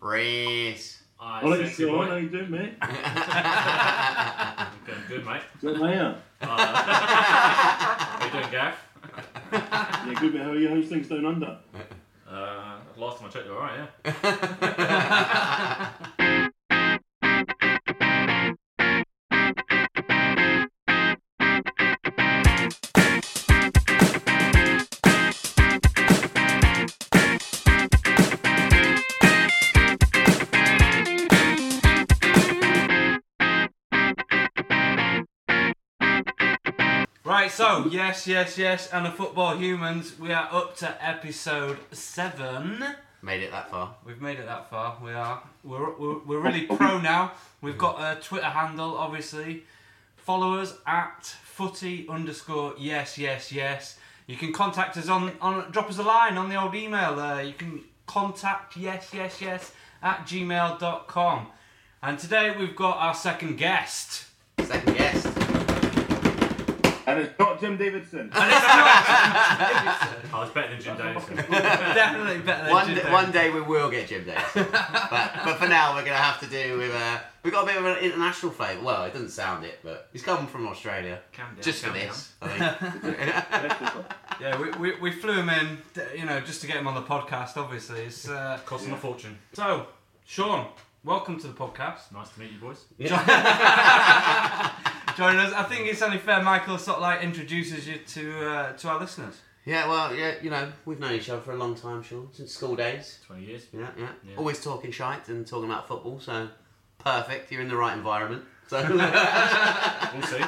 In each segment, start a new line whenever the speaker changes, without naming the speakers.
Reese.
I
Hello,
sexy
Sean. How
boy.
you doing, mate?
I'm doing good, mate.
Good, mate. Yeah,
Uh, how you doing, Gaff?
Yeah, good, mate. How are you? How's things down under?
Uh, last time I checked, you were alright, yeah?
Right, so yes, yes, yes, and the football humans. We are up to episode seven.
Made it that far.
We've made it that far. We are. We're we're, we're really pro now. We've got a Twitter handle, obviously. Follow us at footy underscore yes yes yes. You can contact us on on drop us a line on the old email there. You can contact yes yes yes at gmail.com. And today we've got our second guest.
Second guest.
And it's not Jim Davidson.
I was better than Jim Davison.
Definitely better than
One,
Jim
d-
Davis.
one day we will get Jim Davis. but, but for now, we're going to have to do with. Uh, we've got a bit of an international flavour. Well, it doesn't sound it, but he's come from Australia.
Calm down,
just for
calm
this. I think.
Yeah, we, we, we flew him in, d- you know, just to get him on the podcast, obviously. It's, uh...
Costing a fortune.
So, Sean, welcome to the podcast.
Nice to meet you, boys.
Joining us. I think it's only fair Michael sort of like introduces you to uh, to our listeners.
yeah, well, yeah, you know, we've known each other for a long time, Sean, since school days.
20 years.
Yeah, yeah.
Yeah.
Always talking shite and talking about football, so perfect. You're in the right environment. So
We'll see.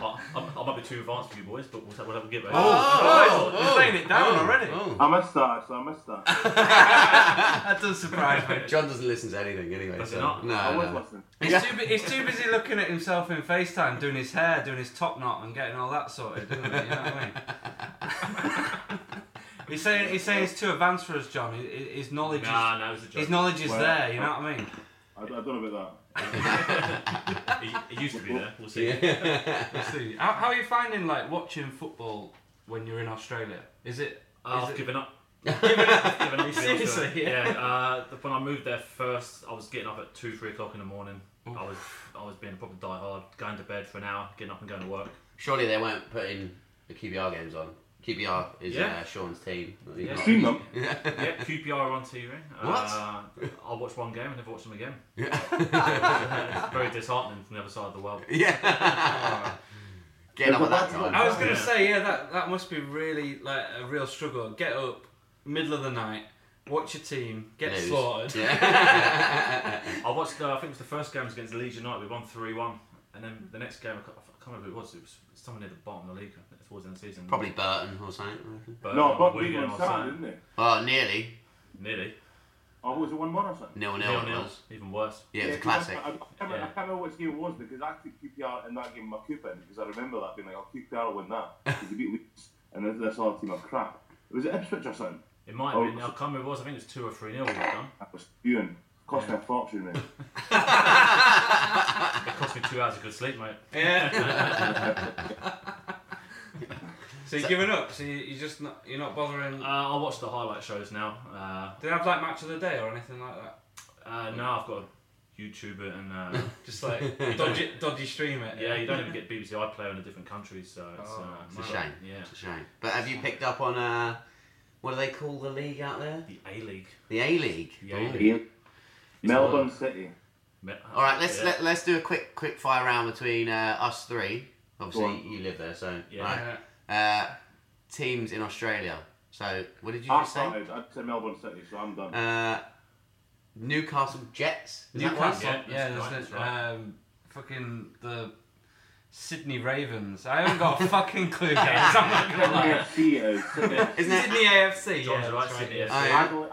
I, I, I might be too advanced for you, boys, but we'll, we'll have a give eh? it.
Oh, you're playing it
Oh,
down already.
oh.
I missed that, so I missed that.
oh, That does surprise me.
John doesn't listen to anything anyway.
Does he
so.
not?
No,
I was
no.
listening.
He's, too, bu- he's too busy looking at himself in FaceTime, doing his hair, doing his top knot, and getting all that sorted, doesn't he? You know what I mean? he's saying he's saying it's too advanced for us, John. His, his knowledge is
Nah, no, it's a joke.
His knowledge is
Well-
there, you know what I mean?
I, I don't know about
It, it used to be there. We'll see.
Let's see. How, how are you finding like watching football when you're in Australia? Is it?
Uh,
is
I've
it-
given up. I've given up. to be honest with you.
Seriously?
Yeah. uh, the- when I moved there first, I was getting up at two, three o'clock in the morning. I was, I was being a proper diehard, going to bed for an hour, getting up and going to work.
Surely they won't put in the QBR games on. QBR is
Yeah.
uh, Sean's team.
Yeah.
that. Seen them?
yeah, QPR are on TV.
What?
Uh, I watched one game and never watched them again. it's very disheartening from the other side of the world.
Yeah. Getting up at that time.
I was gonna
Yeah.
say yeah, that that must be really like a real struggle. Get up, middle of the night, watch your team, get
Lose.
slaughtered.
Yeah.
I watched. Uh, I think it was the first game was against Leeds United. We won three one, and then the next game, I can't, I can't remember who it was. It was someone near the bottom of the league towards the end of the season.
Probably Burton or something. I reckon.
But,
No,
um,
but
we
we
did
won
on
Saturday,
Saturday.
didn't they?
Oh, nearly.
Nearly.
Or was it one more or something?
Nil nil
Nil
it
nil.
was.
Even worse.
Yeah, it was a
'cause
classic.
I, I, can't remember- I
Yeah.
can't remember which game it was because I took QPR in that game my coupon because I remember that being like, oh, QPR will win that because they beat Leeds and there's this other team of crap. Was it Ipswich or something?
It might have
Oh,
been. I can't remember. What it was. I think it was two or three nil. We've done.
I was spewing. Cost me a fortune, mate.
It cost me two hours of good sleep, mate. Uh,
Yeah. so you're giving up. So you, you're just not you're not bothering.
Uh, I watch the highlight shows now. Uh,
Do they have like match of the day or anything like that?
uh, now I've got a YouTuber and uh,
Just like dodgy dodgy stream it.
yeah, you don't even get BBC iPlayer in a different country, so it's,
Oh,
uh,
It's a
mad.
shame.
Yeah,
It's a shame. But have you picked up on uh, what do they call the league out there?
the A League.
The A League.
The A League.
Ian. Melbourne City.
All right, let's let, let's do a quick quick fire round between uh, us three.
Go
Obviously,
on.
you live there, so
Yeah.
right.
Yeah.
Uh, teams in Australia. So what did you
I
just say?
started. I'd say Melbourne City, so I'm done.
Uh, Newcastle Jets. Is that
Newcastle,
Yeah,
yeah,
that's
yeah
right, that's
there's the,
right.
um, fucking the Sydney Ravens. I haven't got a fucking clue, guys. I'm not gonna lie.
AFC is City.
right? Isn't it?
Sydney AFC.
John's
yeah,
right,
that's
Sydney
yeah.
AFC.
Oh, yeah.
Adelaide,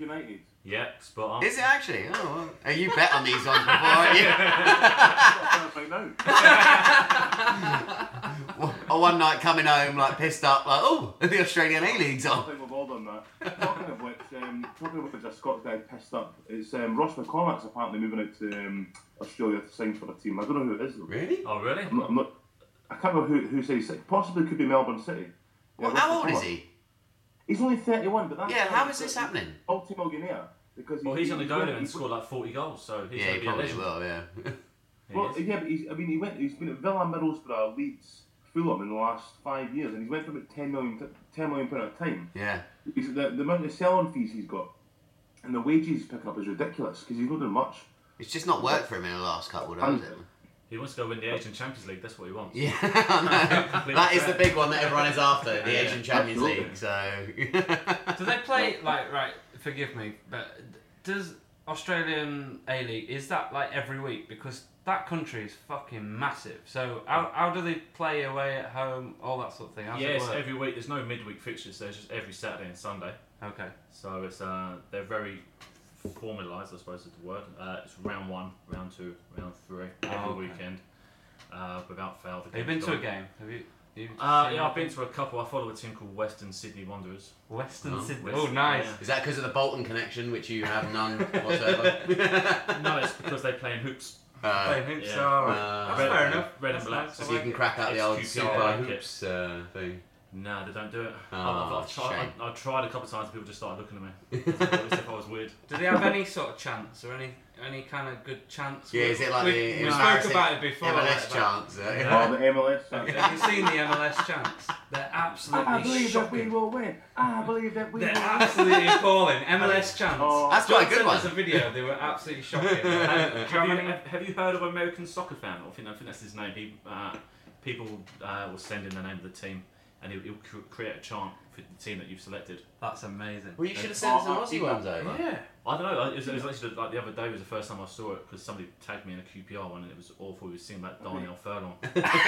United.
Yeah, spot on.
Is it actually? Oh, well. Oh, you bet on these ones before, aren't you?
That's what I'm trying to find out.
Or one night coming home like pissed up, like oh, the Australian A League's
I
on.
think we've all done that. Talking of which, um, talking of which, a Scots guy pissed up. It's um, Ross McCormack's apparently moving out to um, Australia to sign for a team. I don't know who it is though.
Really?
Oh really?
I'm not, I'm not, I can't remember who who says it. Possibly could be Melbourne City. Yeah,
How
Ross
old is
McCormack.
he?
He's only 31, but that's
Yeah, how is this happening?
Multi-millionaire because
Well, he's going to go there and
he's-
score like 40 goals, so he's
yeah, he
going to be a
probably
legend.
will, yeah.
He
Well,
is.
yeah, but he's, I mean, he went. He's been at Villa, Middlesbrough, Leeds, Fulham in the last five years, and he's went from a 10 million, t- 10 million pound at a time.
yeah.
He's, the, the amount of selling fees he's got, and the wages he's picking up is ridiculous because he's not doing much.
It's just not worked for him in the last couple of
Um,
days. has it?
He wants to go win the Asian Champions League. That's what he wants.
Yeah, I know. that is the big one that everyone is after, the
Yeah,
Asian Champions
absolutely.
League. So,
Do they play like right? Forgive me, but does Australian A League is that like every week? Because that country is fucking massive. So how, how do they play away at home, all that sort of thing? How's
Yeah,
it
it's
work?
every week. There's no midweek fixtures. There's just every Saturday and Sunday.
okay.
So it's uh, they're very formalised, I suppose is the word. Uh, it's round one, round two, round three every
Oh, okay.
weekend, uh, without fail. The
Have you been
game's
to a
gone.
game? Have you? you
Uh,
seen
yeah, I've
anything?
been to a couple. I follow a team called Western Sydney Wanderers.
Western
Oh,
Sydney.
West-
oh, nice.
yeah.
is that because of the Bolton connection, which you have none whatsoever?
no, it's because they play in hoops.
uh,
Playing hoops,
Yeah.
all right.
Uh,
That's
red,
fair enough.
Red
That's
and black.
nice.
so you can crack out the old
XQPR
super
kit.
hoops uh, thing.
No, they don't do it.
Oh,
Ah,
I've, I've, I've tried,
shame.
I, I tried a couple of times. People just started looking at me. As if I was weird.
Do they have any sort of chance or any any kind of good chance?
Yeah, is it like
we,
the
we spoke
embarrassing
about it before? like,
MLS
about-
chance. uh,
Yeah.
Oh, the MLS.
Have you seen the MLS chance? They're absolutely
I believe that we
shocking.
will win. I believe that we will
They're
win.
absolutely appalling. MLS chance.
Oh.
That's quite a good
Sent
one.
us a video. They were absolutely shocking. uh.
Have you,
Germany.
have, have you heard of American soccer fan? I think, I think that's his name. He, uh, people uh, will send in the name of the team, and he'll, he'll cr- create a chant for the team that you've selected.
That's amazing.
Well, you should have sent some Aussie ones over.
yeah.
I don't know. It was, it was actually like the other day was the first time I saw it because somebody tagged me in a QPR one, and it was awful. We were singing about Darnell Furlong.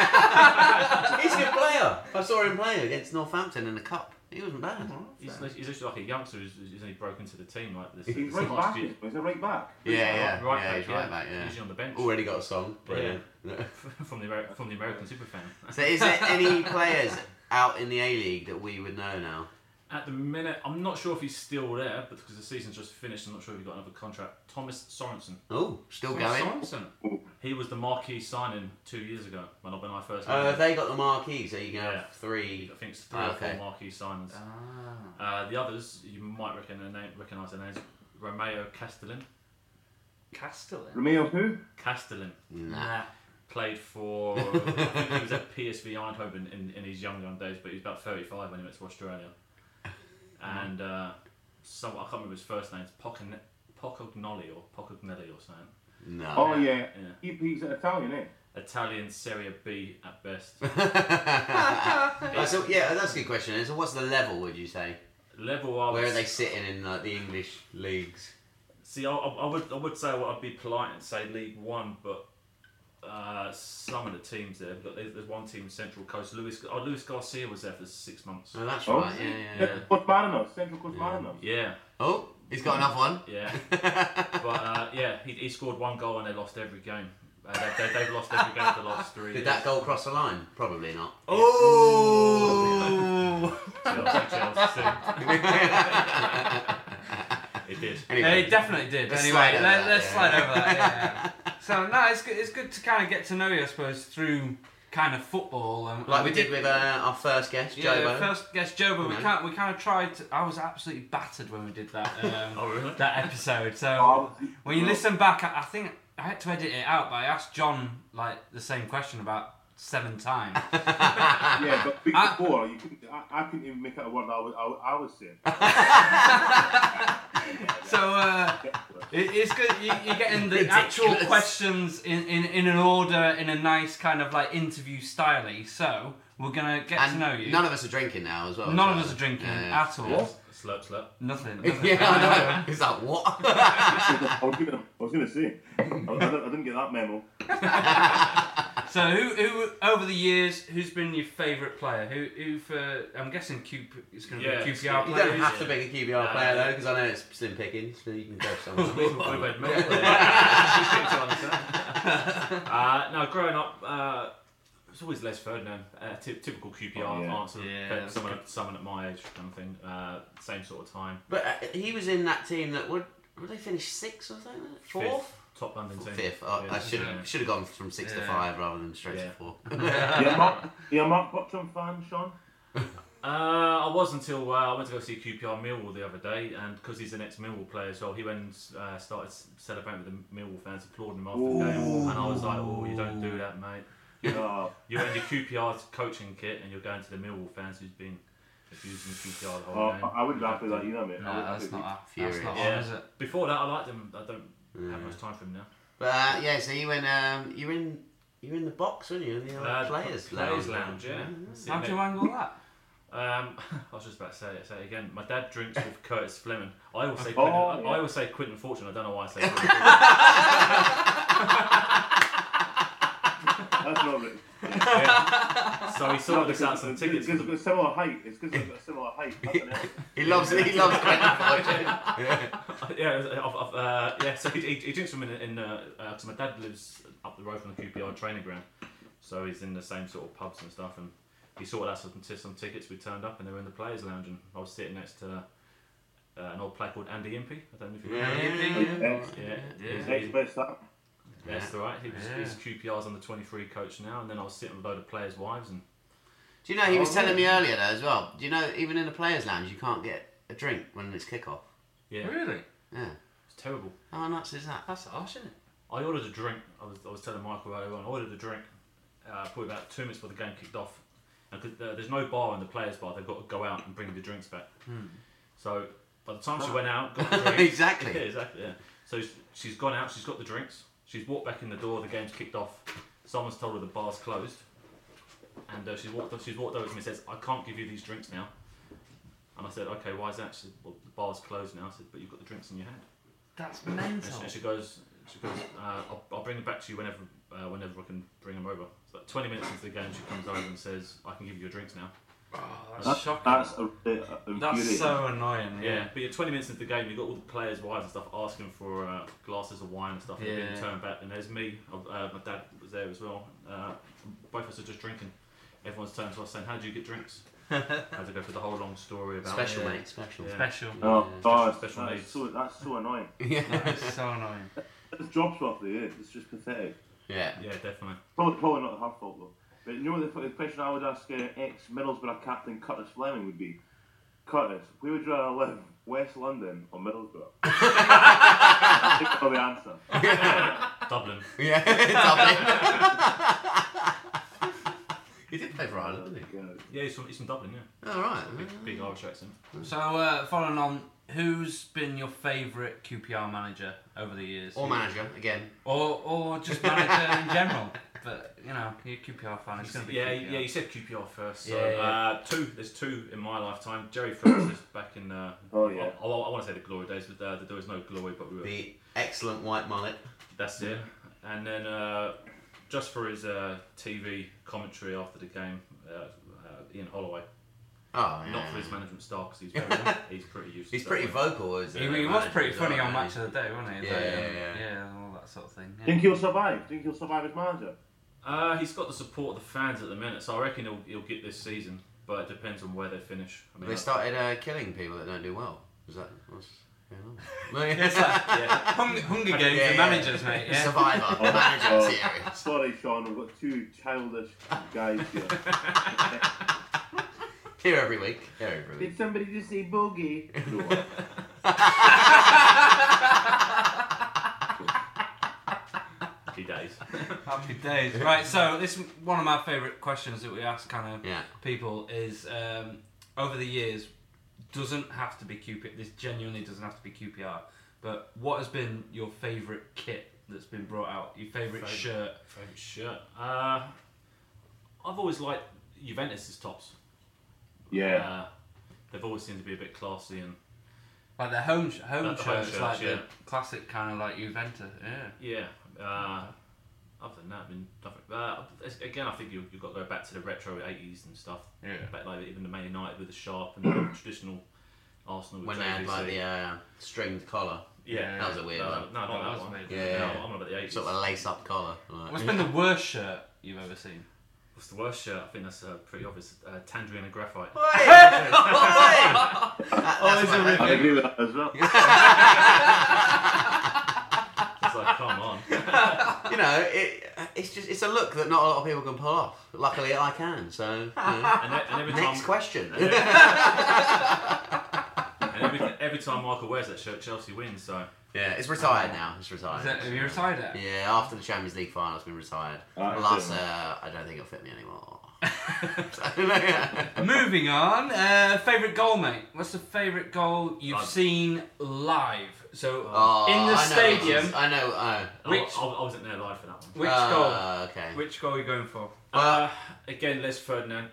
He's a good player. I saw him play against Northampton in the cup. He wasn't bad.
He's, lit- he's literally like a youngster who's, who's only broken to the team like this.
He's
this
right
last
back.
year.
He's a right back.
Yeah, yeah,
right
yeah.
back,
He's right
yeah.
back.
Usually
Yeah.
on the bench
Already got a song. Brilliant.
from the Ameri- from the American super fan.
so, is there any players out in the A League that we would know now?
At the minute, I'm not sure if he's still there, but because the season's just finished, I'm not sure if he got another contract. Thomas Sorensen.
Oh, still
Well,
going.
Sorensen.
He was the marquee signing two years ago when I, when I first.
Oh,
met
have
him.
they got the marquee? So you can have
Yeah.
three.
I think it's three
Ah,
or four
okay.
marquee signings.
Ah.
Uh, the others you might reckon their name, recognize their names: Romeo Castellin.
Castellan.
Romeo who?
Castellin
Nah.
played for. I think he was at PSV Eindhoven in, in his young young days, but he was about 35 when he went to Australia. And uh, some I can't remember his first name. It's Pocon- Pocognoli or Pocognelli or something.
No.
Oh yeah.
Yeah.
He, he's Italian, eh?
Italian Serie B at best.
Uh, so, yeah, that's a good question. So, what's the level, would you say?
Level I
Where are
was-
they sitting in like, the English leagues?
See, I, I I would I would say well, I'd be polite and say League One, but uh, some of the teams there. But there's, there's one team, Central Coast. Luis oh, Luis Garcia was there for six months.
Oh, that's
Oh.
right. Yeah, yeah, yeah.
Coast Mariners, Central Coast
Yeah.
Mariners.
Yeah,
Oh, he's got another one.
yeah. but uh, yeah, he, he scored one goal and they lost every game. Uh, they, they, they've lost every game for the last three.
Did
years.
that goal cross the line? Probably not.
Oh.
Chelsea, Chelsea. it did.
Yeah,
Anyway.
it definitely did.
Let's
anyway,
slide over
let,
that,
us
yeah.
slide over that. Yeah, yeah. So no, it's good. It's good to kind of get to know you, I suppose, through kind of football and
like we did with uh, our first guest,
Yeah,
Joe. Bowen.
first guest Joe, but we
No.
can't. We kind of tried. To, I was absolutely battered when we did that. Um,
Oh really?
that episode. So
Oh,
when you
well-
listen back, I, I think I had to edit it out, but I asked John like the same question about seven times.
Yeah, but big
I-
four. You couldn't, I, I couldn't even make out a word I was, I, I was saying.
so uh, it, it's good. You, you're getting the actual
Ridiculous.
questions in, in, in an order, in a nice kind of like interview styley. So we're gonna get to
And
know you.
none of us are drinking now as well.
None
so-
of us are drinking
Yeah.
at all.
What?
Slurp, slurp.
Nothing.
Yeah,
nothing.
I know. It's like, what?
I was gonna, I was gonna say. I, I didn't, I didn't get that memo.
So who, who over the years who's been your favourite player? Who who for I'm guessing Q it's going to
Yeah,
be
it's-
QPR
You
player.
don't have to be a QBR
Uh,
player though, because I know it's slim pickings, so you can go for someone.
We've had milk there. uh, no, growing up, uh, it's always Les Ferdinand. Uh, ty- typical QPR
Oh, yeah.
answer.
Yeah,
but
that's
someone, someone at my age, kind of thing. Uh, same sort of time.
But uh, he was in that team that would would they finish sixth or something? Fourth,
Fifth, top London team.
fifth. I- I
Yeah.
should have should have gone from six to
Yeah. Ah,
five rather than straight to
Yeah.
four.
Yeah, Mark. Yeah, Mark Butram fan, Sean.
Uh, I was until uh, I went to go see QPR Millwall the other day, and because he's an ex Millwall player as well, he went and uh, started s- celebrating with the Millwall fans, applauding him after the game. And I was like, oh, you don't do that, mate.
Uh,
You're in your QPR's coaching kit, and you're going to the Millwall fans who's been abusing QPR the
uh,
whole game.
I I wouldn't be happy with that either, mate.
No,
I wouldn't
that's
be happy.
not, that's
Furious.
not on,
Yeah.
is it?
Before that, I liked him. I don't have much time for him now.
But uh, yeah, so you went. Um, you were in. You were in the box, weren't you? In the
Uh,
uh, players,
Players
lounge.
lounge, yeah. Sitting
How'd
there.
you angle that?
Um, I was just about to say it. Say it again. My dad drinks with Curtis Fleming. I always say
Oh,
Quentin, I-
yeah.
I always say Quentin Fortune. I don't know why I say. Quentin Fortune.
That's not right.
so he
No,
sorted us out
because
some
it's
tickets.
because it's got a similar height. It's because it's got a similar height. Nothing else.
He loves it. He loves Quentin Fortune.
yeah, it was- uh, of- of, uh, yeah. So he, he, he drinks with him in. in uh, uh 'cause my dad lives up the road from the QPR training ground, so he's in the same sort of pubs and stuff. And he sorted out some, t- some tickets. We turned up and they were in the players' lounge, and I was sitting next to uh, an old player called Andy Impey. I don't know if you remember. him.
Yeah.
Yeah,
Yeah.
He's-
Next best that.
That's all right. He was,
Yeah.
he's QPR's under 23 coach now, and then I was sitting with a load of players' wives, and
Do you know he was
Oh,
telling me
really?
earlier though as well? Do you know even in the players' lounge you can't get a drink when it's kickoff?
yeah, it
Really?
Yeah.
was terrible.
How nuts is that?
That's harsh, isn't it?
I ordered a drink. I was, I was telling Michael earlier on, I ordered a drink uh, probably about two minutes before the game kicked off. And 'cause, uh, there's no bar in the players' bar, they've got to go out and bring the drinks back. So by the time she went out, got the drinks.
Exactly.
yeah, exactly. Yeah. So s- she's gone out, she's got the drinks, she's walked back in the door, the game's kicked off, someone's told her the bar's closed. And uh, she's, walked, she's walked over to me and says, I can't give you these drinks now. And I said, okay, why is that? She said, well, the bar's closed now. I said, but you've got the drinks in your hand.
That's
And
mental.
she, and she goes, she goes, uh, I'll, I'll bring them back to you whenever, uh, whenever I can bring them over. So like 20 minutes into the game, she comes over and says, I can give you your drinks now.
Oh,
That's,
that's shocking.
that's a, a, a infuriating.
That's so annoying.
Yeah, but you're 20 minutes into the game, you've got all the players' wives and stuff asking for uh, glasses of wine and stuff, and being
Yeah.
turned back. And there's me, uh, uh, my dad was there as well. Uh, both of us are just drinking. Everyone's turned to us saying, How do you get drinks? I had to go through the whole long story about
Special
yeah.
mate, special.
Yeah.
Special.
Oh god,
special
that is
needs.
so that's so annoying.
Yeah.
That's so annoying.
This job's worth it. eh? It's just pathetic.
yeah.
Yeah, definitely.
Probably, probably not her fault though. But you know what the, the question I would ask uh, ex Middlesbrough captain Curtis Fleming would be: Curtis, where would you rather live, West London or Middlesbrough? I think I know the answer.
Dublin.
Yeah. Dublin. he did play for Ireland, didn't he?
Yeah.
Yeah, he's from, he's from Dublin, yeah.
All Oh, right.
Big, big Irish accent.
So, uh, following on, who's been your favourite QPR manager over the years?
Or manager again.
Or, or just manager in general. But, you know, you're a QPR fan. It's going to be
yeah,
QPR.
yeah. You said QPR first. So,
Yeah, yeah.
Uh, two. There's two in my lifetime. Jerry Francis back in. Uh,
Oh, yeah.
I, want to say the glory days, but uh, there was no glory. But we were.
The excellent white mullet.
That's it. And then uh, just for his uh, TV commentary after the game, uh, uh, Ian Holloway.
Oh, yeah.
Not for his management style because he's very, he's pretty useless.
He's pretty
vocal.
vocal, isn't
He, he was pretty funny on
matches.
Match of the Day, wasn't he?
Yeah,
Like,
yeah,
um,
yeah.
yeah, all that sort of thing. Yeah.
Think he'll survive? Think he'll survive as manager?
Uh, he's got the support of the fans at the minute, so I reckon he'll, he'll get this season. But it depends on where they finish. I mean,
They
I-
started uh, killing people that don't do well. Is that what's going on?
It's like Hunger, Hunger Games
Yeah,
for
yeah.
managers, mate. Yeah.
Survivor, the manager series.
Sorry, Sean, we've got two childish guys here.
Here every week. Here every week.
Did somebody just say boogie? No.
Happy days.
Happy days. Right, so this one of my favourite questions that we ask kind of
Yeah.
people is um, over the years doesn't have to be QPR. This genuinely doesn't have to be QPR. But what has been your favourite kit that's been brought out? Your favourite
Favourite.
shirt?
Favourite shirt? Uh, I've always liked Juventus's tops.
Yeah.
Uh, they've always seemed to be a bit classy and
Like the home sh- home
Like
shirts,
the home
like
shirts,
the
yeah.
classic kind of like Juventus. Yeah.
yeah. Uh, other than that, I mean, nothing. Uh, it's- again, I think you, you've got to go back to the retro '80s and stuff.
Yeah.
Back like even the Man United with the sharp and the traditional Arsenal with
When they had
JVC.
like the uh, stringed collar,
yeah.
that was a weird
No,
one.
no,
Oh,
not
that
that
was
one.
amazing.
Yeah, yeah,
No, I'm on about the '80s.
sort of a lace-up collar.
What's
Like,
been the worst shirt you've ever seen?
What's the worst shirt? I think that's uh, pretty obvious. Uh, Tangerine and graphite.
that's
a
my-
I agree with that as well.
It's like, come on.
you know, it, it's just it's a look that not a lot of people can pull off. Luckily, I can. So, you know.
And, e- and every
next
time,
question.
and every, every time Michael wears that shirt, Chelsea wins. So
yeah, it's retired now. It's
Is
retired.
that, have you retired it?
Yeah, after the Champions League final, it's been retired.
Alright,
Plus,
fair
uh, I don't think it'll fit me anymore. So, yeah.
Moving on, uh, favorite goal, mate. What's the favorite goal you've
Live.
seen live? So
Oh,
in the
I know which
stadium,
is- I know. Uh,
I-
Which-
I, I wasn't there live for that one.
which goal?
uh, Okay.
Which goal are you going for?
Uh, again, Les Ferdinand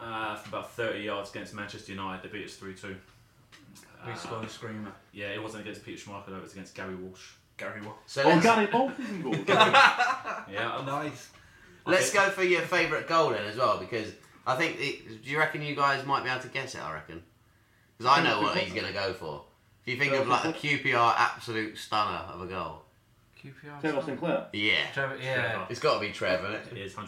uh, from about 30 yards against Manchester United. They beat us 3 2.
We scored a screamer.
Yeah, it wasn't against Peter Schmeichel, though, it was against Gary Walsh.
Gary Watt.
So
Oh,
let's,
Gary Bolton goal.
Yeah, I'm-
Oh, Nice.
let's go for your favourite goal then as well because I think. It, do you reckon you guys might be able to guess it? I reckon because I know what he's going to go for. If you think of like a QPR absolute stunner of a goal,
QPR.
Trevor Sinclair.
yeah,
Trevor, yeah.
it's got to be Trev, isn't it?
It is 100%.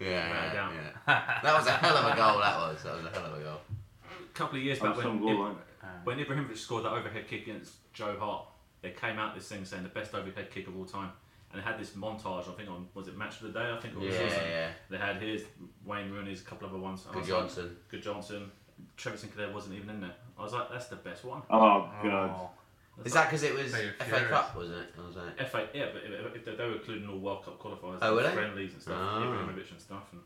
Yeah,
without a
yeah,
doubt.
yeah. That was a hell of a goal. That was. That was a hell of a goal.
A couple of years
On
back
some
when,
goal line.
when Ibrahimovic scored that overhead kick against Joe Hart, they came out this thing saying the best overhead kick of all time. And they had this montage, I think, on was it Match of the Day? I think it was.
Yeah,
Wilson.
yeah.
They had his Wayne Rooney's, a couple other ones. And I
Good
was like,
Johnson.
Good Johnson. Trevor Sinclair wasn't even in there. I was like, that's the best one.
Oh god.
Oh.
Is that because it was
So you're
FA
furious.
Cup, was it? I was like,
FA, yeah, but if- if they they were including all World Cup qualifiers,
Oh, were
and
they?
friendlies and stuff,
Ah.
Ibrahimovic and stuff. And,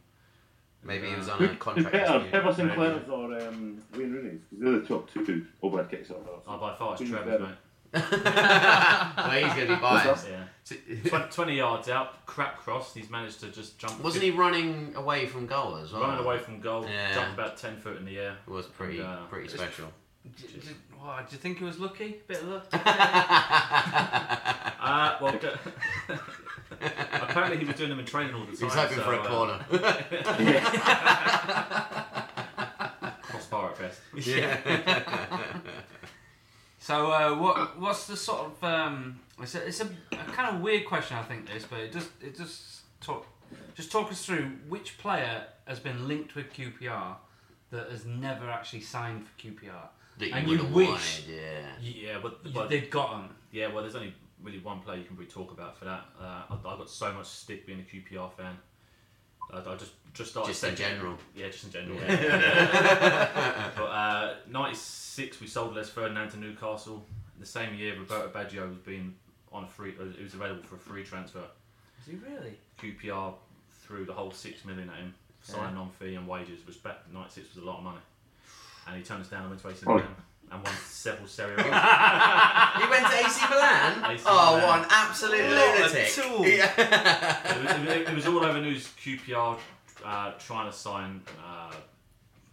maybe he was on
Who-
a
Who's
contract.
better,
dispute.
Trevor Sinclair's or um, Wayne Rooney's? Because they're the top two overhead kicks on
oh, by far, it's
Who's
Trevor's,
better?
mate.
well, he's going to be biased.
Yeah. Twen- 20 yards out, crap cross, he's managed to just jump.
Wasn't he running away from goal as well?
Running away from goal,
Yeah.
jumped about 10 foot in the air.
It was pretty,
Yeah.
pretty
It's-
special.
Do, do, wow, do you think he was lucky? Bit of luck.
Uh, well, go- apparently he was doing them in training all the time.
He was hoping
so,
for a
uh,
corner.
Crossbar at best.
yeah.
So uh, what? What's the sort of? Um, it's a, it's a, a kind of weird question, I think this, but it just it just talk just talk us through which player has been linked with QPR that has never actually signed for QPR.
that you
And
would
you
have
wish-
wanted, yeah.
Yeah, but,
You-
but
They've got him.
yeah, well, there's only really one player you can really talk about for that. Uh, I, I got so much stick being a QPR fan. Uh, I, I just just started
Just in
thinking-
general.
Yeah, just in general. yeah. but uh, 96, we sold Les Ferdinand to Newcastle. The same year, Roberto Baggio was being on a free. uh, It was available for a free transfer.
Is he really?
QPR threw the whole six million at him, signing on fee and wages, which back in '96 was a lot of money. And he turned us down and went to AC
Oh.
Milan and won several Serie A.
You went to AC Milan?
AC
oh,
Milan.
what an absolute
What a
lunatic.
tool.
Yeah.
it, was, it was- it was all over news. QPR uh, trying to sign uh,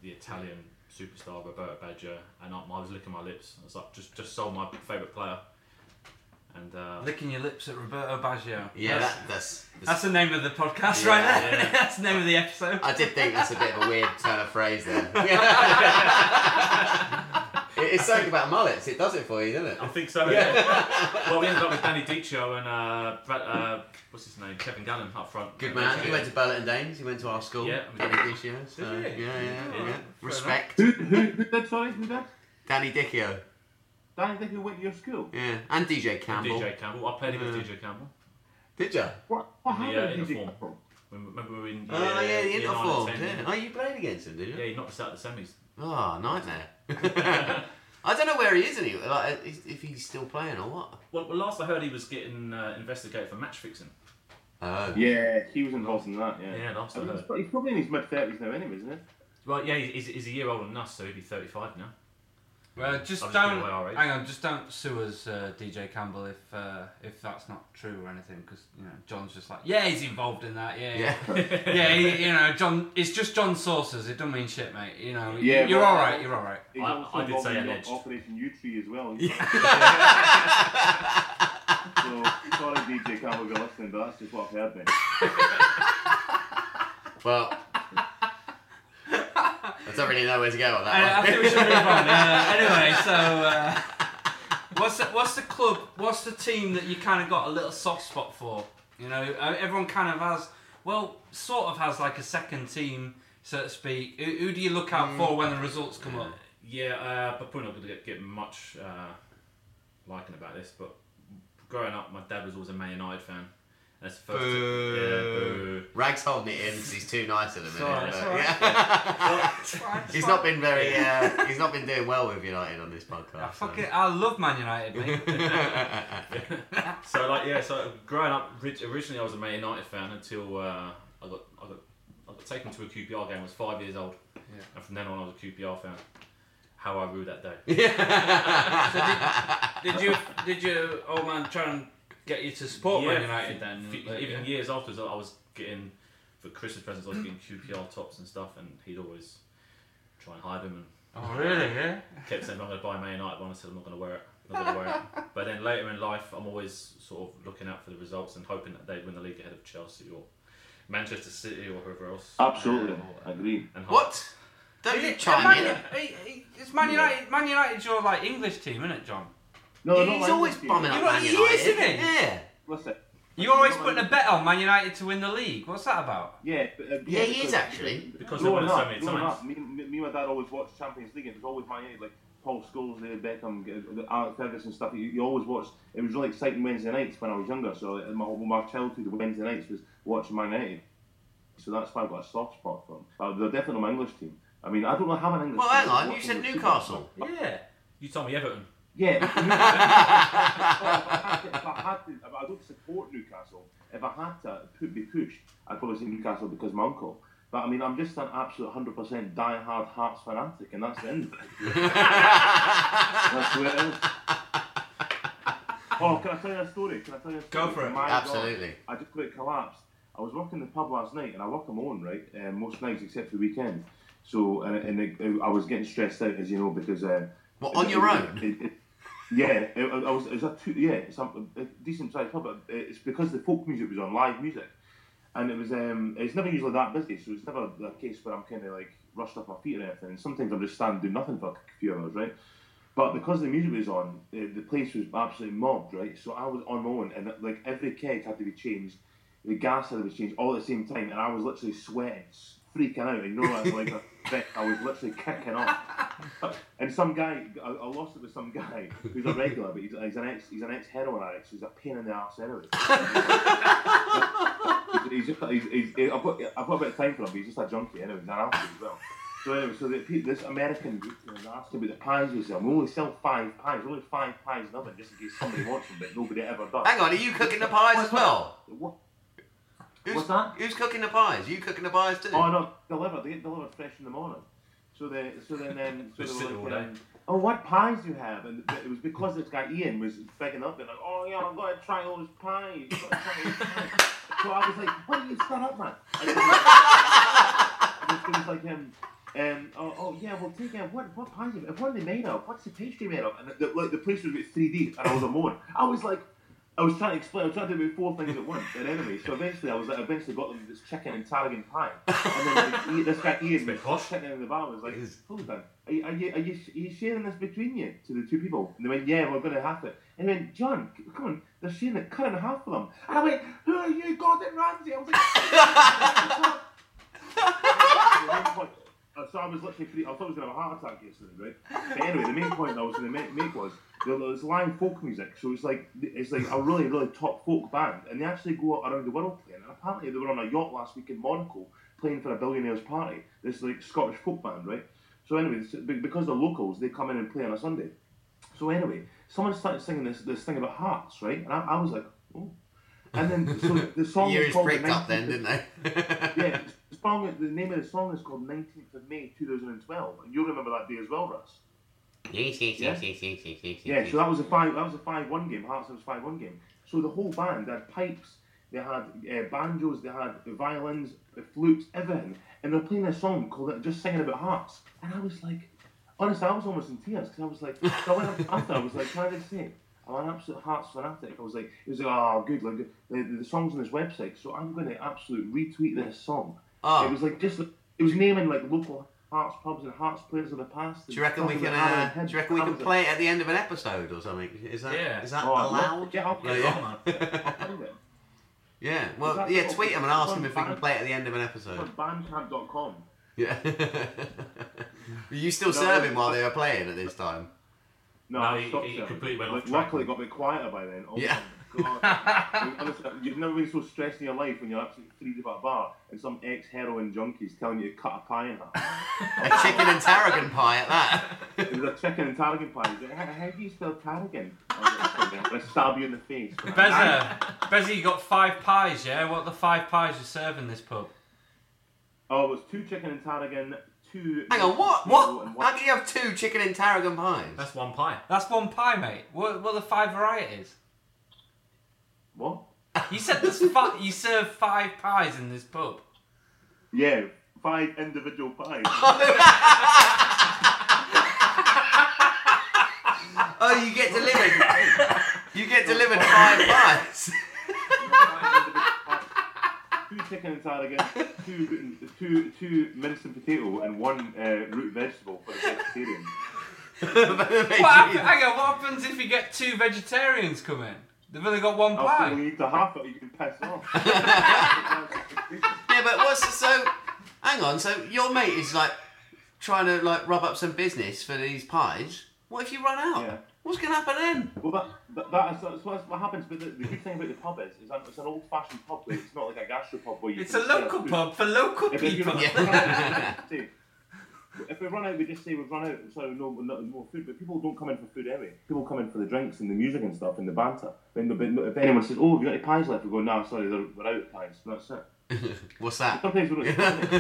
the Italian superstar Roberto Baggio, and I, I was licking my lips. I was like, just just sold my favourite player, and. Uh,
Licking your lips at Roberto Baggio.
Yeah,
That's,
that, that's,
that's the name of the podcast
Yeah,
right there.
yeah.
that's the name of the episode.
I did think that's a bit of a weird turn of phrase there. It- it's something about mullets. It does it for you, doesn't it?
I
Oh,
think so. yeah. well, we ended up with Danny Diccio and uh, Brad, uh, what's his name, Kevin Gannon up front. uh,
Good man. He went to Burlington Danes. He went to our school.
Yeah.
Danny Dicchio. So, yeah,
Did he?
yeah,
Yeah.
yeah.
Fair
Respect.
Who, who, who did, sorry, who did?
Danny Dicchio.
Danny Dick who went to your school.
Yeah. And DJ Campbell.
DJ Campbell. I played against
Yeah.
DJ Campbell.
Did you?
What, what
Yeah,
happened
in
to
the
DJ
form.
Campbell?
Remember we were in
Oh, yeah,
year-
the
year nine
interform.
and 10,
Yeah. Oh, you played against him, did you?
Yeah, he knocked us out of the semis.
Oh, nightmare. I don't know where he is anyway. Like, if if he's still playing or what.
Well, well, last I heard, he was getting uh, investigated for match fixing.
Oh.
Yeah, he was involved in that, yeah.
Yeah, last
I
I
mean, he's,
heard.
pro- he's probably in his mid 30s now, anyway, isn't he?
Well, yeah, he's, he's a year older than us, so he'd be 35 now.
Well, just
I'll just give
don't.
away our age.
Hang on, just don't sue us, uh, DJ Campbell, if uh, if that's not true or anything, because you know John's just like, yeah, he's involved in that, yeah, yeah,
Yeah.
yeah. he- you know, John, it's just John sources. It don't mean shit, mate. You know,
Yeah,
you're
but-
all right. You're all right.
He's
I-
also
I did
involved
say
in
I nudged.
Operation U Tree as well. so, sorry, DJ Campbell, if you're listening, but that's just what I've heard, mate.
Well. I don't really know where to
uh,
go on that
I, I
one.
think we should move on. Uh, anyway, so uh, what's the, what's the club? What's the team that you kind of got a little soft spot for? You know, uh, everyone kind of has. Well, sort of has like a second team, so to speak. Who, who do you look out
Mm.
for when the results come up?
Yeah, uh, but probably not going to get, get much uh, liking about this, but growing up, my dad was always a Man United fan. That's the first. Yeah, boo.
Rag's holding it in 'cause he's too nice at the minute.
alright,
but-
it's alright.
yeah.
It's fine, it's
he's
fine.
not been very. Uh, he's not been doing well with United on this
I
podcast.
fucking I love Man United, mate.
so.
So like yeah, so growing up, ri- originally I was a Man United fan until uh, I got I got I got taken to a QPR game. I was five years old, and from then on I was a QPR fan. How I rue that day.
Did you did your old man try and get you to support Man United then?
f-
Like,
even
yeah.
years afterwards, I was getting for Christmas presents. I was getting QPR tops and stuff, and he'd always try and hide them
oh really? Yeah.
and kept saying, "I'm going to buy Man United one." I said, "I'm not going to wear it. I'm not going to wear it." But then later in life, I'm always sort of looking out for the results and hoping that they win the league ahead of Chelsea or Manchester City or whoever else.
Absolutely,
Uh,
agree.
and
what? Don't
Is
you
it-
chime
Man,
in.
It's Man United. Man United's your like English team, isn't it, John?
No, not
He's
like
always
this team.
bumming up
You're right,
Man
he
United.
is, isn't he?
Yeah.
Listen,
You always
not
putting
like-
a bet on Man United to win the league. What's that about?
Yeah, but, uh,
Yeah, he
because-
is actually.
Because they won
Growing
it so
up,
many
growing
times.
up, me, me, me and my dad always watched Champions League, and it was always Man United, like Paul Scholes, David Beckham, G- Alex Ferguson stuff. You, you always watched. It was really exciting Wednesday nights when I was younger. So uh, my, my childhood Wednesday nights was watching Man United. So that's why I've got a soft spot for them. Uh, they're definitely my English team. I mean, I don't know how an English.
Well,
team
hang
that's
on. You
watching
said
the Super
Newcastle.
Yeah.
You told me Everton.
yeah, but Newcastle- if I had to, if I don't support Newcastle. If I had to put be pushed, I'd probably say Newcastle because my uncle. But I mean, I'm just an absolute 100% die-hard Hearts fanatic, and that's the end. of it. that's where it is. Oh, can I tell you a story? Can I tell you a story?
Go for it.
My God.
Absolutely.
I just quit collapse. I was working the pub last night, and I work on my own, right? Uh, most nights except for the weekend. So, and, and it, I was getting stressed out, as you know, because. Uh,
What, on your own?
it- it- yeah, it, I was. It was a two, yeah, it's a, a decent sized pub, but it's because the folk music was on live music, and it was. Um, it's never usually that busy, so it's never a case where I'm kind of like rushed off my feet or anything. And sometimes I'm just standing doing nothing for a few hours, right? But because the music was on, the, the place was absolutely mobbed, right? So I was on my own, and like every keg had to be changed, the gas had to be changed all at the same time, and I was literally sweating, s- freaking out. You know, I was like, a vet, I was literally kicking off. And some guy, I, I lost it with some guy who's a regular, but he's, he's an ex, he's an ex heroin addict, so he's a pain in the arse anyway. he's just, he's, he's, he's, I've got, I've got a bit of time for him, but he's just a junkie anyway, he's an alcoholic as well. So anyway, so the, pe- this American group was asking about the pies we sell. We only sell five pies, only five pies in the oven, just in case somebody wants them, but nobody ever does.
Hang on, are you cooking the pies as well?
What?
Who's,
What's that?
Who's cooking the pies? You cooking the pies too?
Oh no, delivered. They get delivered fresh in the morning. So they, so then, then so
They
they
sit
were
all
like,
day.
um, oh, what pies do you have? And it was because this guy Ian was begging up. They're like, oh yeah, I'm gonna try all those pies. I'm gonna try all those pies. so I was like, what are you set up, man? And he was- he was like, um, um, oh, oh yeah, well take out what what pies? Have, what are they made of? What's the pastry made of? And the, the, like, the place was a bit 3D, and I was a moan. I was like. I was trying to explain. I was trying to do about four things at once. And anyway, so eventually, I was like, eventually got them this chicken and tarragon pie. And then like, Ian- this guy Ian
bit posh.
was sitting in the bar was like,
It is.
"Hold on, are you, are you are you are you sharing this between you to the two people?" And they went, "Yeah, we're going to have it." And they went, "John, c- come on, they're sharing it, cut it in half for them." And I went, "Who are you, Gordon Ramsay?" I was like. the main point, uh, so I was literally, free, I thought I was going to have a heart attack yesterday, right? But anyway, the main point I was going to make, make was there was live folk music, so it's like it's like a really really top folk band, and they actually go out around the world playing. And apparently they were on a yacht last week in Monaco playing for a billionaire's party. This like Scottish folk band, right? So anyway, so be- because they're locals, they come in and play on a Sunday. So anyway, someone started singing this this thing about hearts, right? And I, I was like, oh. And then so the song was
Years
called
bricked
the
up then,
19th
didn't they?
yeah, the song. The name of the song is called 19th of May 2012, and you'll remember that day as well, Russ.
Yes, yes, yes, yes, yes, yes, yes,
Yeah,
yes.
so that was a five. That was a five-one game. Hearts was five-one game. So the whole band they had pipes, they had uh, banjos, they had violins, uh, flutes, everything, and they're playing a song called "Just Singing About Hearts," and I was like, honestly, I was almost in tears because I was like, so I went up after I was like, can I just say? I'm an absolute hearts fanatic. I was like, it was like, oh, good, like the, the, the song's on this website, so I'm going to absolutely retweet this song.
Oh.
It was like just, it was naming like local hearts pubs and hearts players of the past.
Do you reckon we can? Uh, do you reckon we can play it at the end of an episode or something? Is that is
Yeah.
that
Oh, I'd love to
allowed?
get up
Yeah,
there.
yeah.
Bandcamp.com.
Yeah.
Is
Well,
that
yeah.
sort of-
Tweet them and ask them if we
Bandcamp?
can play it at the end of an episode. Yeah. Were you still
No.
serving while they were playing at this time?
No,
No,
I
he-
stopped
he
there.
completely went
Like,
off track.
Luckily, it got a bit quieter by then. Oh,
Yeah.
God. I mean, honestly, you've never been so stressed in your life when you're absolutely freed up at a bar and some ex heroin junkie's telling you to cut a pie in half.
A chicken and tarragon pie at that.
It was a chicken and tarragon pie. He's like, how, how do you spell tarragon? I am going to stab you in the face.
Bezza, Bezza, you got five pies, yeah? What are the five pies you serve in this pub?
Oh, it was two chicken and tarragon, two.
Hang on, what?
What?
What? How can you have two chicken and tarragon pies?
That's one pie.
That's one pie, mate. What, what are the five varieties?
What?
You said there's fi- you serve five pies in this pub.
Yeah, five individual pies.
Oh, you get delivered. you get delivered five pies.
two chicken and tarragon, two root- two two minced and potato, and one uh, root vegetable for the vegetarian.
What happen- hang on, what happens if you get two vegetarians come in? They've only got one
I'll still
pie.
Oh, need to half it. You can piss off.
Yeah, but what's the, so? Hang on. So your mate is like trying to like rub up some business for these pies. What if you run out?
Yeah.
What's gonna happen then?
well, that, that, that is, that's, what- that's what happens. But the, the good thing about the pub is, is that it's an old-fashioned pub. Like, it's not like a gastropub where you.
It's a
can get
local
food.
pub for local
If we
people.
run out, we just say- if we run out, we just say we've run out, so no, no, more food. But people don't come in for food anyway. People come in for the drinks and the music and stuff and the banter. Then the- but if anyone says, "Oh, have you got any pies left?" we go, "No, sorry, they're, we're out of pies." And that's it.
What's that?
Sometimes we don't. the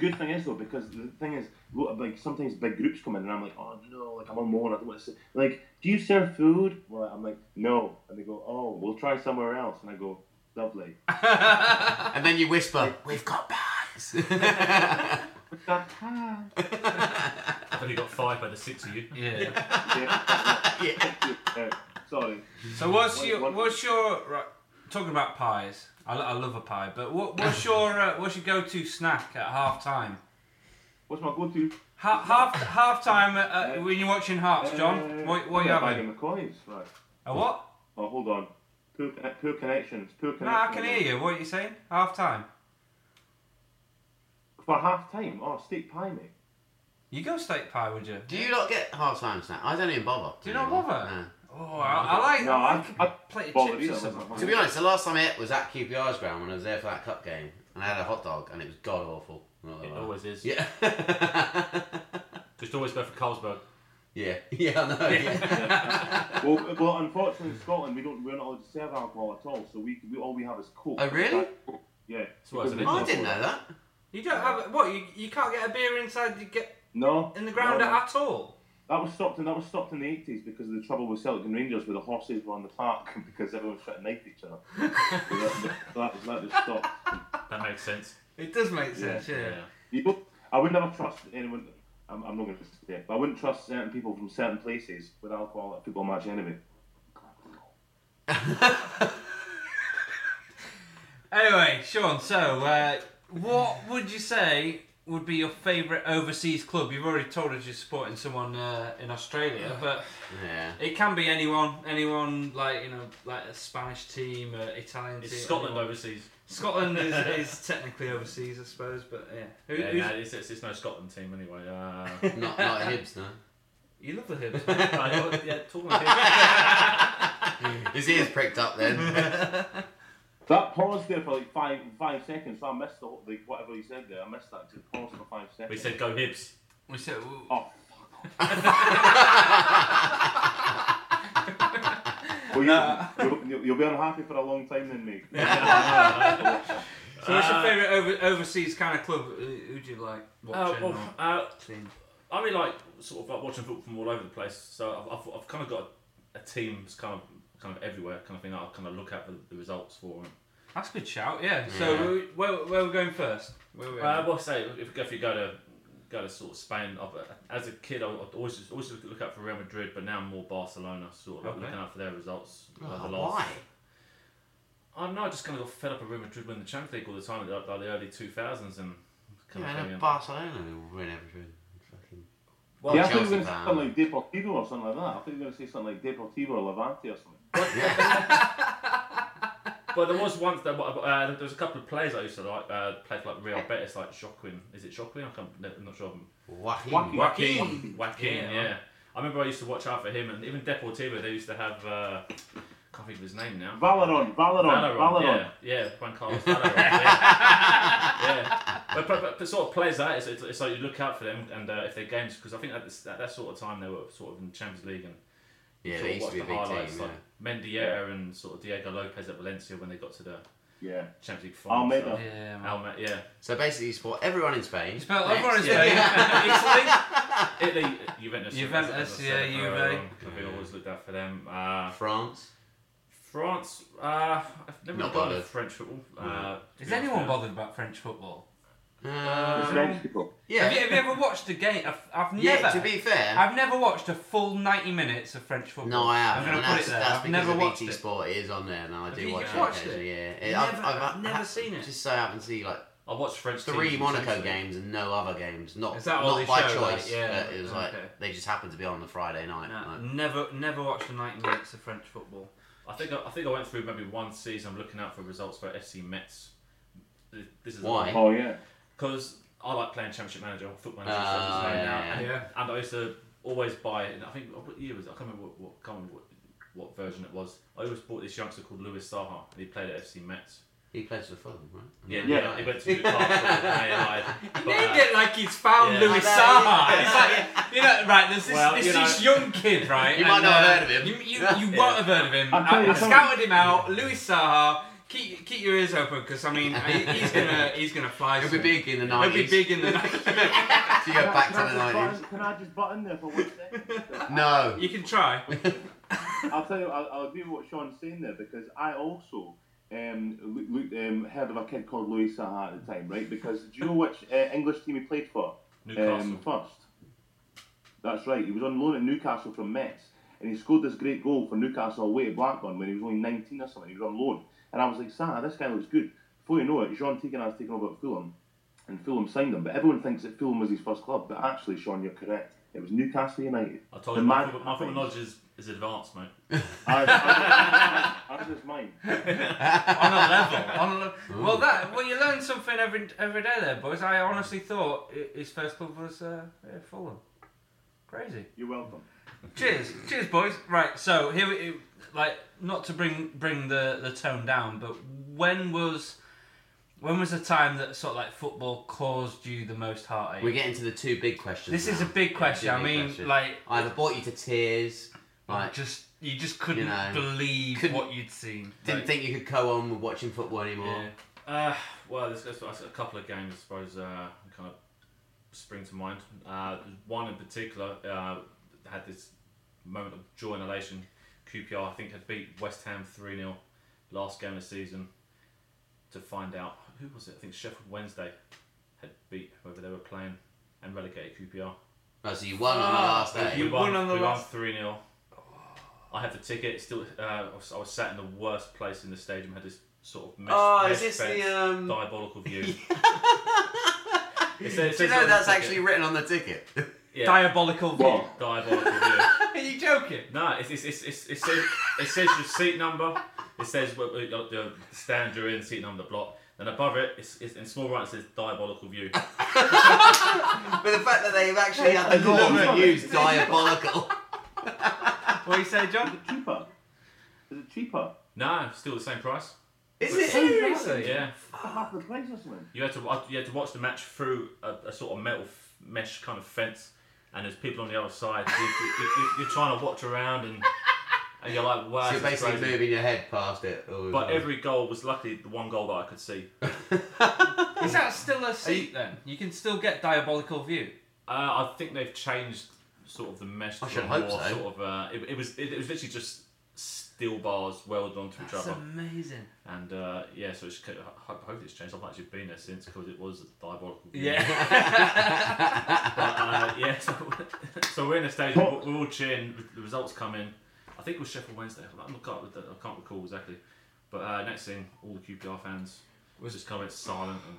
good thing is though, because the thing is, lo- like sometimes big groups come in and I'm like, "Oh no, like I'm on more, I don't want to." Sit. Like, do you serve food? Well, I'm like, "No," and they go, "Oh, we'll try somewhere else," and I go, "Lovely."
And then you whisper, "We've got pies."
yeah.
I've only got five by the six of you.
Yeah.
yeah.
Yeah, sorry.
So what's
What-
your
what-
what's your right, talking about pies? I, lo- I love a pie, but what, what's your uh, what's your go-to snack at half time?
What's my go-to?
Ha- half half time uh, when you're watching Hearts, John.
Uh,
What what you
yeah, Bag
having?
of McCoys, right.
A what?
Oh, hold on. Poor, uh, poor connections. Poor connections.
No, I can hear you. What are you saying? Half time.
For half time. Oh, steak pie, mate.
You go steak pie, would you?
Do you not get half time snack? I don't even bother.
Do you not
anymore.
bother?
No.
Oh, I, I like,
No,
I
I-
like
I
a plate of
bother
chips
either,
or
that's
something.
not
To be honest, the last time I ate was at QPR's ground when I was there for that cup game, and I had a hot dog, and it was god awful. Not gonna
It
lie.
always is.
Uh, Yeah.
Just always go for Carlsberg.
yeah. Yeah. I know. Yeah.
well, well, unfortunately, in Scotland, we don't. We're not allowed to serve alcohol at all. So we, we all we have is coke.
Oh, really?
Yeah.
So what, is it
Because-
I didn't know that.
You don't have what? You, you can't get a beer inside the get
No.
in the ground
no, no.
at all.
That was stopped, and that was stopped in the eighties because of the trouble with Celtic and Rangers, where the horses were on the park because everyone was trying to knife each other. so that, that, that was stopped.
That makes sense.
It does make sense.
sense,
Yeah.
You know, I would never trust anyone. I'm, I'm not going to say it, but I wouldn't trust certain people from certain places with alcohol at a football match anyway.
Anyway, Sean. So, uh, what would you say would be your favourite overseas club? You've already told us you're supporting someone uh, in Australia, but
Yeah.
it can be anyone. Anyone like you know, like a Spanish team, uh, Italian team.
It's Scotland
anyone.
overseas.
Scotland is, is technically overseas, I suppose. But yeah, Who,
Yeah,
who's-
no, it's, it's, it's no Scotland team anyway. Uh,
Not not Hibs, no.
you love the Hibs.
I- yeah, talking about Hibs.
His ears pricked up then.
That pause there for like five five seconds, so I missed the, whole- like whatever you said there. I missed that to pause for five seconds.
we said go Hibs.
we said,
"Oh." well, you, you'll- you'll, you'll be unhappy for a long time then, mate.
So, what's your
Uh,
favourite over, overseas kind of club? Who who do you like
Uh,
watching?
well,
or
uh,
team?
I really like sort of like watching football from all over the place. So I've, I've, I've kind of got a, a team's kind of kind of everywhere kind of thing that I kind of look at the, the results for.
That's a good shout. Yeah. So,
Yeah.
we- where where we're going first? Where we
Uh, well, say if, if you go to go to sort of Spain, I've, uh, as a kid, I would always just, always look out for Real Madrid, but now I'm more Barcelona, sort of like
Okay.
looking out for their results. like
Oh,
the last-
why?
I don't know. I just kind of got fed up of Real Madrid winning the Champions League all the time, like, like the early two thousands and kind
Yeah, and
of thing.
then
And-
Barcelona will win everything. Fucking-
yeah, I thought you were
Chelsea
going to say
fan.
something like Deportivo or something like that. I thought you were going to say something like Deportivo or Levante or something.
But there was once that uh, there was a couple of players I used to like uh, played for like Real Betis, like Joaquin. Is it Joaquin? I can't, I'm not sure.
Joaquin.
Joaquin.
Joaquin. Joaquin. Yeah. I remember I used to watch out for him, and even Deportivo. They used to have. Uh, can't think of his name now.
Valeron, Valeron, Valeron.
Yeah, yeah, Juan Carlos Valeron. yeah. yeah. But, but, but, but sort of players like that, it's, it's, it's like you look out for them and uh, if their games, because I think at, this, at that sort of time they were sort of in the Champions League and
Yeah,
sort
they
of
used to
watched
be a
the
big
highlights,
team.
like
yeah.
Mendieta and sort of Diego Lopez at Valencia when they got to the
Yeah.
Champions League final.
Almeida.
So,
Yeah, man.
Alme- yeah.
So basically, you support everyone in Spain.
You spelled everyone is
Yeah.
Italy.
Italy, Juventus.
Juventus,
as I said
yeah,
earlier
Juve.
on, 'cause We always looked out for them. Uh,
France.
France, uh, I've
Not
never really gone
bothered.
with French football. Uh,
Mm.
to
Is
be
anyone
honest,
bothered about French football?
Uh,
French people.
yeah.
Have, you, have you ever watched a game? I've, I've
yeah,
never.
to be fair.
I've never watched a full ninety minutes of French football.
no, I have.
I'm gonna
and
put
that's,
it there.
that's
I've
because
never
of
watched
BT
it.
Sport it is on there, and I
Have
do
you
watch it
watched it?
occasionally. Yeah,
Never- I've never seen it.
Just so I haven't seen like
I watched French
three
teams
Monaco
essentially.
games and no other games. Not
Is that all they
not by
show, like,
choice.
yeah,
but it was
okay.
like they just happened to be on the Friday night.
No,
like-
never, never watched the ninety minutes of French football.
I think I, I think I went through maybe one season. I'm looking out for results for FC Metz. Th- This is
Why?
Oh, yeah.
Because I like playing Championship Manager, Football Manager,
Oh,
stuff that's going
yeah,
out,
yeah.
and,
Yeah.
and I used to always buy. And I think what year was it? I can't remember what, what, can't remember what, what version it was. I always bought this youngster called Louis Saha, and he played at FC Metz.
He plays for Fulham, right?
Yeah,
Yeah.
yeah. he went to Newcastle.
You named it like he's found
yeah.
I know,
Louis Saha.
yeah.
It's like, you know, right, there's this,
Well,
there's
you
this young kid, right? uh,
You might not have heard of him.
You, you,
Yeah.
you
Yeah.
won't have heard of him.
I'm telling
I,
you,
I scouted him out, Louis Saha. Keep, keep your ears open because I mean he- he's gonna he's gonna fly.
He'll be
soon.
big in the
He'll
nineties.
be big in the night.
To go back to
Can
the
I just
nineties.
butt- Can I just butt in there for one second?
No.
you can try.
I'll tell you, I'll, I'll agree with what Sean's saying there because I also um, loo- looked, um, heard of a kid called Louis Saha at the time, right? Because do you know which uh, English team he played for?
Newcastle.
Um, first. That's right. He was on loan at Newcastle from Metz, and he scored this great goal for Newcastle away at Blackburn when he was only 19 or something. He was on loan, and I was like, Saha, this guy looks good. Before you know it, Sean Teagan has taken over at Fulham, and Fulham signed him. But everyone thinks that Fulham was his first club, but actually, Sean, you're correct. It was Newcastle United.
I told
The
you, my,
man-
football- my football knowledge is, is advanced, mate.
As- as- as is mine.
on a level. On a le- well, that well, you learn something every every day there, boys. I honestly thought i- his first club was uh, yeah, Fulham. Crazy.
You're welcome.
Cheers, cheers, boys. Right, so here we like not to bring bring the the tone down, but when was when was the time that sort of like football caused you the most heartache?
We're getting to the two big questions.
this is a
now.
big question.
Two
I
big
mean,
questions.
like,
either brought you to tears, like
just you just couldn't
You know,
believe
couldn't-
what you'd seen.
didn't
Like,
think you could go on with watching football anymore.
yeah.
Uh, well, there's, there's a couple of games, I suppose, uh, kind of spring to mind. Uh, one in particular uh, had this moment of joy and elation. QPR, I think, had beat West Ham 3 0 last game of the season to find out who was it? I think Sheffield Wednesday had beat whoever they were playing and relegated QPR.
Oh, so you won on the
Ah,
last
so
day.
you- won on the
Uh, we
last-
won 3 0. I had the ticket. Still, uh, I, was, I was sat in the worst place in the stadium. Had this sort of mesh,
Oh,
mesh
is this
fence
the um?
diabolical view. It says- it
Do you
says
know
on
that's
the ticket.
actually written on the ticket?
yeah,
Diabolical view.
What?
diabolical view.
Are you joking?
No, it's, it's, it's, it's, it says it says your seat number. It says what, what, your- the stand you're in, seat number, the block. Then above it, it's, it's in small writing, it says diabolical view.
but the fact that they've actually had the
I
norm
love
to
it.
use diabolical.
What do you say, John?
Is it cheaper? Is it cheaper?
No, still the same price.
Is it
Seriously?
Yeah,
For half the price or something?
you had to wa- you had to watch the match through a, a sort of metal f- mesh kind of fence, and there's people on the other side. You, you, you, you're trying to watch around, and and you're like, wow,
So you're
this is
basically
crazy.
moving your head past it. Oh, all the
But
time.
every goal was luckily the one goal that I could see.
Is that still a seat then? You can still get diabolical view.
Uh, I think they've changed sort of the mesh.
I
to
should
a
hope
more
so.
Sort of, uh, it, it was it, it was literally just steel bars welded onto each
That's
other,
amazing.
and uh, yeah, so it's, I hope it's changed. I've not actually been there since because it was diabolical.
Yeah.
but, uh, yeah. So, so we're in a stage. We're, we're all cheering. The results come in. I think it was Sheffield Wednesday. I can't, I can't recall exactly. But uh, next thing, all the QPR fans was just kind of went silent. And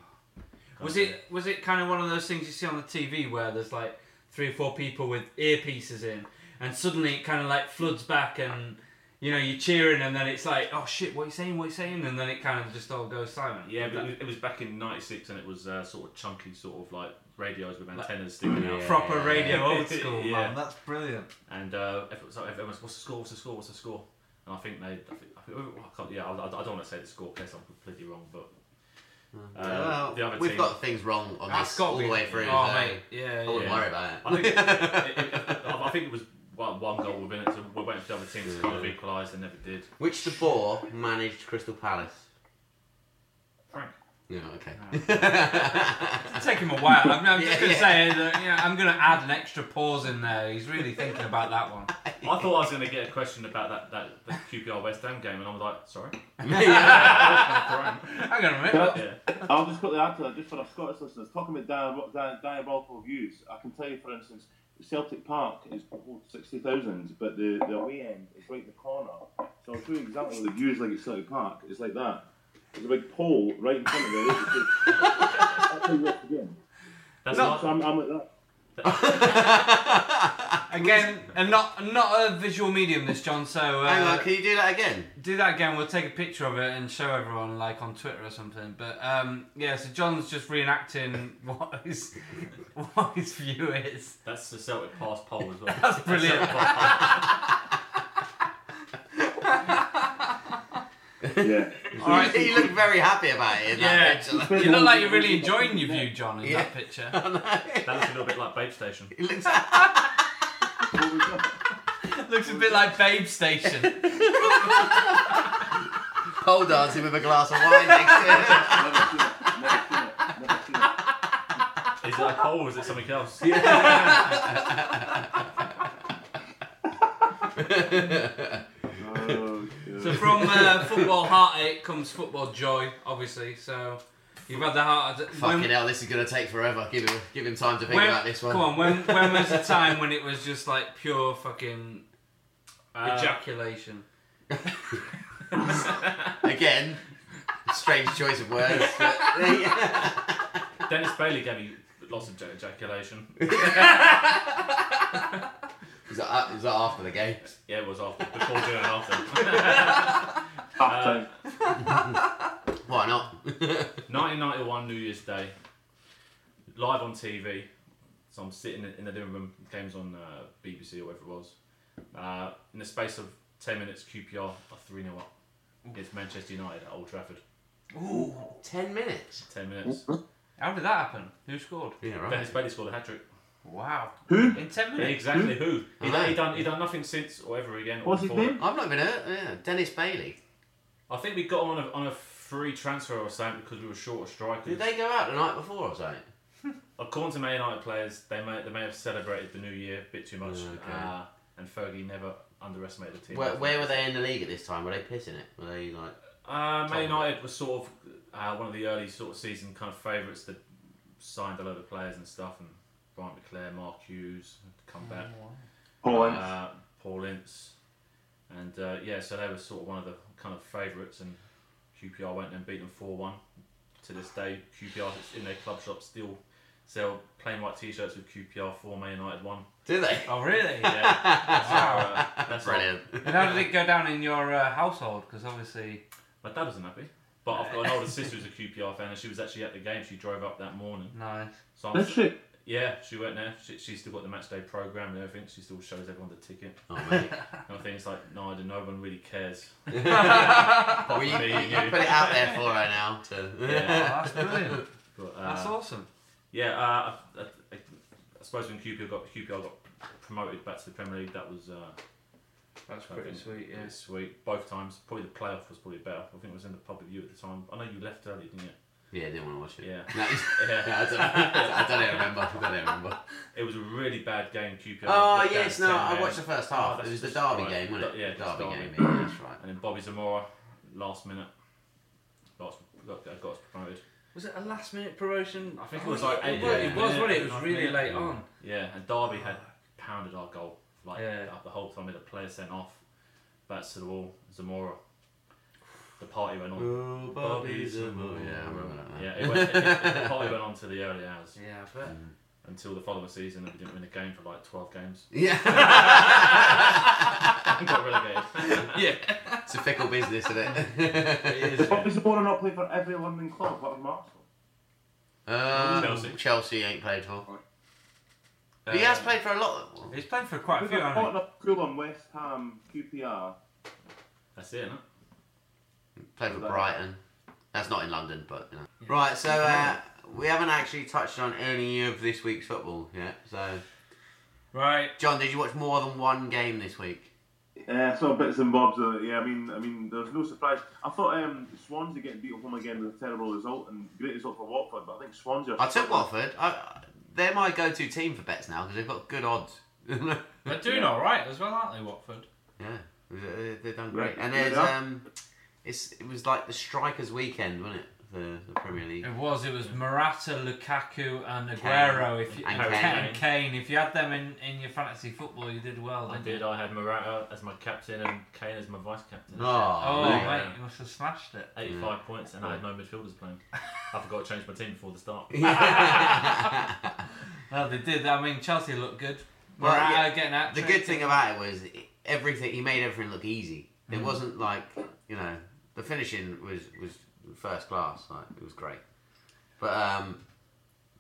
was it was it kind of one of those things you see on the TV where there's like three or four people with earpieces in, and suddenly it kind of like floods back and. you know, you're cheering and then it's like, oh shit, what are you saying? What are you saying? And then it kind of just all goes silent.
Yeah, but it
Like,
was, it was back in '96, and it was uh, sort of chunky, sort of like radios with antennas sticking out.
proper radio old
Yeah.
school,
Yeah.
man.
That's brilliant.
Mm-hmm.
And uh, if it was, everyone was, what's the score? What's the score? What's the score? And I think they, I, think, I, think, oh, I can't, yeah, I, I don't want to say the score in case I'm completely wrong, but uh, the
well,
other
we've
team.
got things wrong on
That's
this
got
all the way through.
Oh
so
mate,
I
yeah,
wouldn't
yeah.
worry about it.
I think, it, it, it- I think it was one, one goal within it, so we're waiting for the other team to kind of equalise. They never did.
Which De Boer managed Crystal Palace?
Frank.
Yeah, okay.
It's taken him a while. I'm, I'm just
Yeah,
gonna
yeah.
say that you know, I'm gonna add an extra pause in there. He's really thinking about that one.
I thought I was going to get a question about that, that, that QPR West Ham game, and I was like, sorry.
I'm gonna admit.
Can I-
yeah.
I'll just quickly add to that, just for our Scottish listeners, talking about dia- dia- diabolical views, I can tell you, for instance, Celtic Park is 60,000, but the, the away end is right in the corner. So I'll show you exactly what the view is like at Celtic Park. It's like that. There's a big pole right in front of it. That's how you watch the game.
That's
So
not,
I'm, I'm like that.
Again, and not and not a visual medium, this John. So uh,
Hang on, can you do that again?
do that again. We'll take a picture of it and show everyone, like on Twitter or something. But um, yeah, so John's just reenacting what his what his view is.
that's the Celtic pass poll as well.
That's brilliant.
Yeah.
All right, you look very happy about it. In
Yeah.
that picture.
You look like you're really enjoying your view, John, in
Yeah.
that picture.
That looks a little bit like Babe Station.
It looks
Looks a bit like Babe Station.
pole dancing with a glass of wine next to him.
Never seen it. Never seen it. Never seen it.
Is it a poll or is it something else?
Oh,
So
God.
from uh, football heartache comes football joy, obviously. So you've had the heart. attack-
Fucking
when-
hell, this is gonna take forever. Give him, give him time to think
when-
about this one.
Come on, when when was the time when it was just like pure fucking
Uh,
ejaculation?
Again, strange choice of words. but-
Dennis Bailey gave me lots of ejaculation.
is, that, uh, is that after the game?
Yeah, it was after, before, during, and after.
Half time.
Why not?
1991 New Year's Day, live on TV. So I'm sitting in the living room, games on uh, BBC or whatever it was. Uh, in the space of 10 minutes, QPR are 3 0 up. It's Manchester United at Old Trafford.
Ooh, ten minutes.
10 minutes.
Mm-hmm.
How did that happen? Who scored?
Yeah, right.
Dennis Bailey scored a hat trick.
Wow.
Who?
In ten
Yeah,
minutes.
exactly who? He done,
Aye.
he done he done nothing since or ever again. Or
Mm-hmm. What's his
before.
name?
I've not been hurt. Yeah, Dennis Bailey.
I think we got him on a, on a free transfer or something because we were short of strikers.
Did they go out the night before or something?
According to Man United players, they may they may have celebrated the new year a bit too much,
Yeah, okay.
uh, and Fergie never underestimated the team.
Where, where were they in the league at this time? Were they pissing it? Were they like?
Uh,
Tottenham.
Man United was sort of uh, one of the early sort of season kind of favourites that signed a lot of players and stuff, and Brian McClare, Mark Hughes had to come back,
Poland.
Uh, Paul Ince, and uh, yeah, so they were sort of one of the kind of favourites, and QPR went and beat them four one. To this day, QPR that's in their club shop still sell plain white T-shirts with QPR four Man United one.
Do they?
Oh really?
Yeah, that's our,
Wow.
uh, that's our-
Brilliant.
And how did it go down in your uh, household? Because obviously.
my dad wasn't happy, but I've got an older sister who's a QPR fan, and she was actually at the game. She drove up that morning,
Nice.
so I'm,
That's shit.
yeah, she went there. She, she's still got the match day program and everything. She still shows everyone the ticket.
Oh, mate.
And I think it's like, no, I don't- no one really cares.
Well, you,
me and
you
you.
put it out there for her now. To...
Oh,
Yeah.
that's brilliant.
But, uh,
That's awesome.
Yeah, uh, I, I, I I suppose when QPR got QPR got promoted back to the Premier League, that was uh,
That's
pretty
sweet.
yeah, sweet. Both times, probably the playoff was probably better. I think it was in the public view at the time. I know you left early, didn't you?
Yeah, didn't want to watch it.
Yeah.
No,
Yeah.
no, I, don't, I don't even remember. I don't even remember.
It was a really bad game. QPR.
Oh
went down
yes, no,
10
I
men.
watched the first
Oh,
half.
that's
it was the
just
derby
right.
game, wasn't it?
Yeah, just
derby,
derby.
game. Yeah, that's right.
And then Bobby Zamora, last minute, got got, got us promoted.
Was it a last minute promotion?
I think it
Oh,
was
yeah,
like eight.
It was,
yeah.
it was, wasn't it? It
Yeah.
was really late
Yeah.
on.
Yeah, and Derby had pounded our goal like
Yeah.
the- the whole time. We had a player sent off, backs to the wall. Zamora, the party went on.
Oh, Bobby Zamora. Yeah, I remember that.
Yeah, it went, it, it- the party went on to the early hours
Yeah, I bet.
Mm.
until the following season, and we didn't win a game for like twelve games.
Yeah.
got relegated.
yeah.
fickle business, isn't it?
It
The
is.
Bobby Zamora not play for every London club, what of Arsenal?
Uh,
Chelsea.
Chelsea ain't played for. But he
Uh,
has played for a lot. Of
He's played for quite a
We've
few,
got
hasn't
Tottenham, Fulham, West Ham, QPR.
That's it, huh?
Played for Brighton. That's not in London, but you know. Right, so uh, we haven't actually touched on any of this week's football yet. So,
Right.
John, did you watch more than one game this week?
Yeah, so bits and bobs. Of it. Yeah, I mean, I mean, there's no surprise. I thought um, Swansea getting beat at home again was a terrible result and great result for Watford, but I think Swansea. Are
I took Watford. I, they're my go-to team for bets now because they've got good odds. yeah,
They're doing all right as well, aren't they, Watford?
they- uh, they've done great.
Yeah,
And
yeah,
there's
they are.
um, it's it was like the strikers' weekend, wasn't it? The, the Premier League.
It was. It was Morata, Lukaku, and Aguero. If you, oh,
And
Kane.
Kane.
and Kane. If you had them in, in your fantasy football, you did well.
I
Didn't
did.
You?
I had Morata as my captain and Kane as my vice captain.
Oh,
Oh,
mate.
mate, you must have smashed it.
85 points, and I had no midfielders playing. I forgot to change my team before the start.
Well, they did. I mean, Chelsea looked good.
Well,
Morata
yeah,
getting out.
the good thing about it was everything. He made everything look easy. It wasn't like you know the finishing was was first class. Like it was great. But um,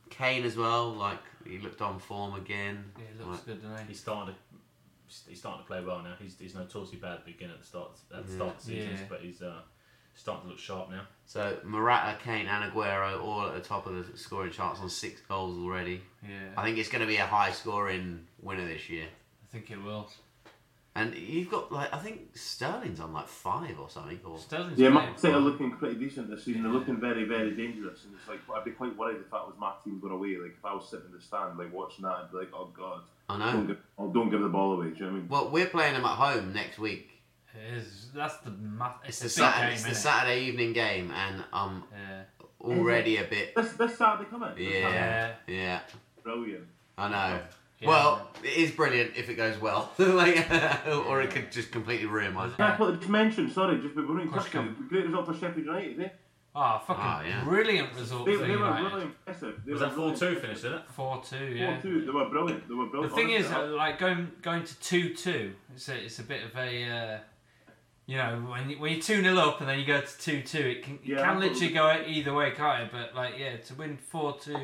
Kane as well. Like he looked on form again.
He looks
Like,
good, doesn't he?
He's starting to he's starting to play well now. He's he's notoriously bad at the beginning at the start at the start of seasons,
Yeah.
but he's uh, starting to look sharp now.
so Morata, Kane, and Aguero all at the top of the scoring charts on six goals already.
Yeah,
I think it's going to be a high scoring winner this year.
I think it will.
And you've got like I think Sterling's on like five or something. Or
Sterling's
Yeah, Man
playing.
City are looking pretty decent this season. They're looking very, very dangerous, and it's like I'd be quite worried if that was my team going away. Like if I was sitting in the stand, like watching that, I'd be like, oh god,
I
don't
know.
give, oh, don't give the ball away. Do you know what I mean?
Well, we're playing them at home next week.
It is. That's the ma-
It's
It's,
the
a big
Saturday,
game,
it's the
innit?
Saturday evening game, and I'm
Yeah.
already a bit.
This this Saturday coming. This Saturday.
Yeah,
Yeah.
yeah,
Brilliant.
I know.
Yeah.
Well, it is brilliant if it goes well, like, or it could just completely ruin my.
Yeah, I thought I just mentioned. Sorry, just we were in
Course
quickly. Great result for Sheffield United. Eh?
Oh, fucking
Ah, yeah.
brilliant result
They,
for
they were
United.
really impressive. They
Was
were
that 4 2
really-
finish, didn't it?
Four two. Yeah.
4-2, They were brilliant. They were
The
brilliant.
thing is,
Honestly,
uh, like going going to two two, it's a, it's a bit of a, uh, you know, when you, when you two 0 up and then you go to two two, it can it
Yeah,
can
I
literally go either way, can't it? But like, yeah, to win four two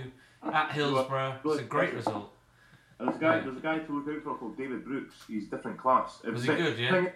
at Hillsborough, it's a great result.
And There's a guy. There's a guy to look out for called David Brooks. He's different class.
Was he
But
good,
the
yeah?
Thing,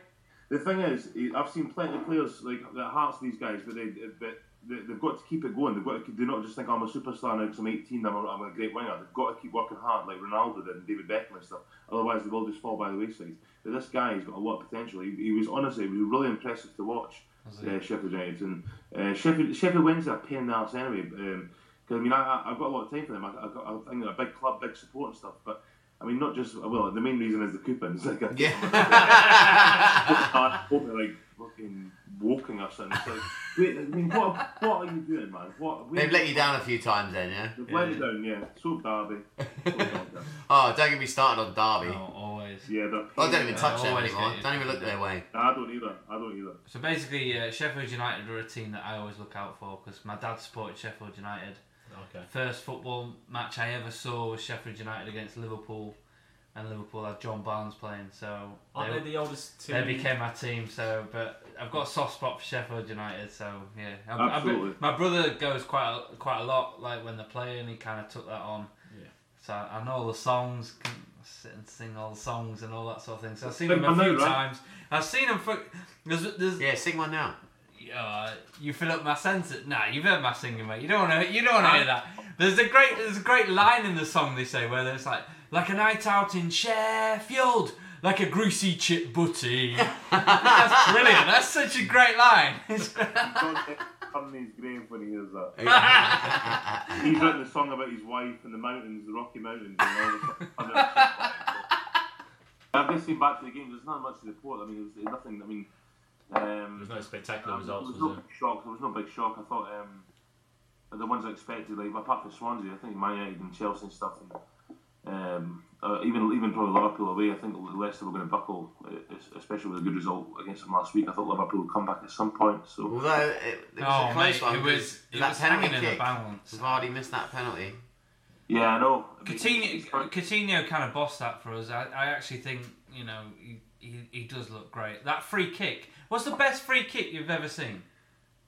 the thing is, he- I've seen plenty of players like that hearts these guys, but they but they, they've got to keep it going. They've got to do not just think "Oh, I'm a superstar now because I'm 18. I'm a, I'm a great winger. They've got to keep working hard, like Ronaldo did and David Beckham and stuff. Otherwise, they will just fall by the wayside. But this guy, he's got a lot of potential. He, he was honestly, he was really impressive to watch. Uh, Sheffield United and uh, Sheffield Sheffield Wednesday are a pain in the arse anyway. um 'cause I mean, I, I- I've got a lot of time for them. I, I've got, I think they're a big club, big support and stuff. But I mean, not just well. The main reason is the coupons. Like, I,
Yeah.
I hope they're like fucking walking or something. It's like, wait, I mean, what, what are you doing, man? What
They've let you down a few times then, yeah.
They've let you down, yeah. So Derby. So Derby.
Oh, don't get me started on Derby.
Oh, always.
yeah, they're.
I Oh, don't even touch them
always
anymore.
get you.
Don't even look their way.
I don't either. I don't either.
So basically, uh, Sheffield United are a team that I always look out for because my dad supported Sheffield United.
Okay.
First football match I ever saw was Sheffield United against Liverpool, and Liverpool had John Barnes playing. So
Aren't
they-
they the oldest team?
They became my team, so but I've got a soft spot for Sheffield United, so yeah. I- I-
Absolutely.
my brother goes quite a, quite a lot, like when they're playing, he kind of took that on.
Yeah.
So I know all the songs, can sit and sing all the songs and all that sort of thing. So I've seen
Sing
him a
one
few
now, right?
times. I've seen him for. There's, there's,
Yeah, sing one now.
uh, you fill up my senses. Nah, you've heard my singing, mate. You don't want to. You don't want to hear that. There's a great. There's a great line in the song they say where it's like, like a night out in Sheffield, like a greasy chip butty. That's brilliant. That's such a great line.
Don't turn his grave when he uh, hears that.
Yeah.
He's written a song about his wife and the mountains, the Rocky Mountains, and all this other shit. I'm just saying back to the game, there's not much to report. I mean, there's nothing. I mean,
There was
um,
no spectacular results,
there was
was
no
there?
big shock. There was no big shock. I thought um, the ones I expected, like apart from Swansea, I think Man United and Chelsea and stuff, and um, uh, even even probably Liverpool away. I think Leicester were going to buckle, uh, especially with a good result against them last week. I thought Liverpool would come back at some point. So.
Although it, it was a close one.
Oh, it
'cause
was. It
that
was
penalty
hanging in the
kick.
balance.
Vardy missed that penalty.
Yeah, I know. I mean,
Coutinho,
it's-
Coutinho kind of bossed that for us. I, I actually think you know he, he, he does look great. That free kick. What's the best free kick you've ever seen?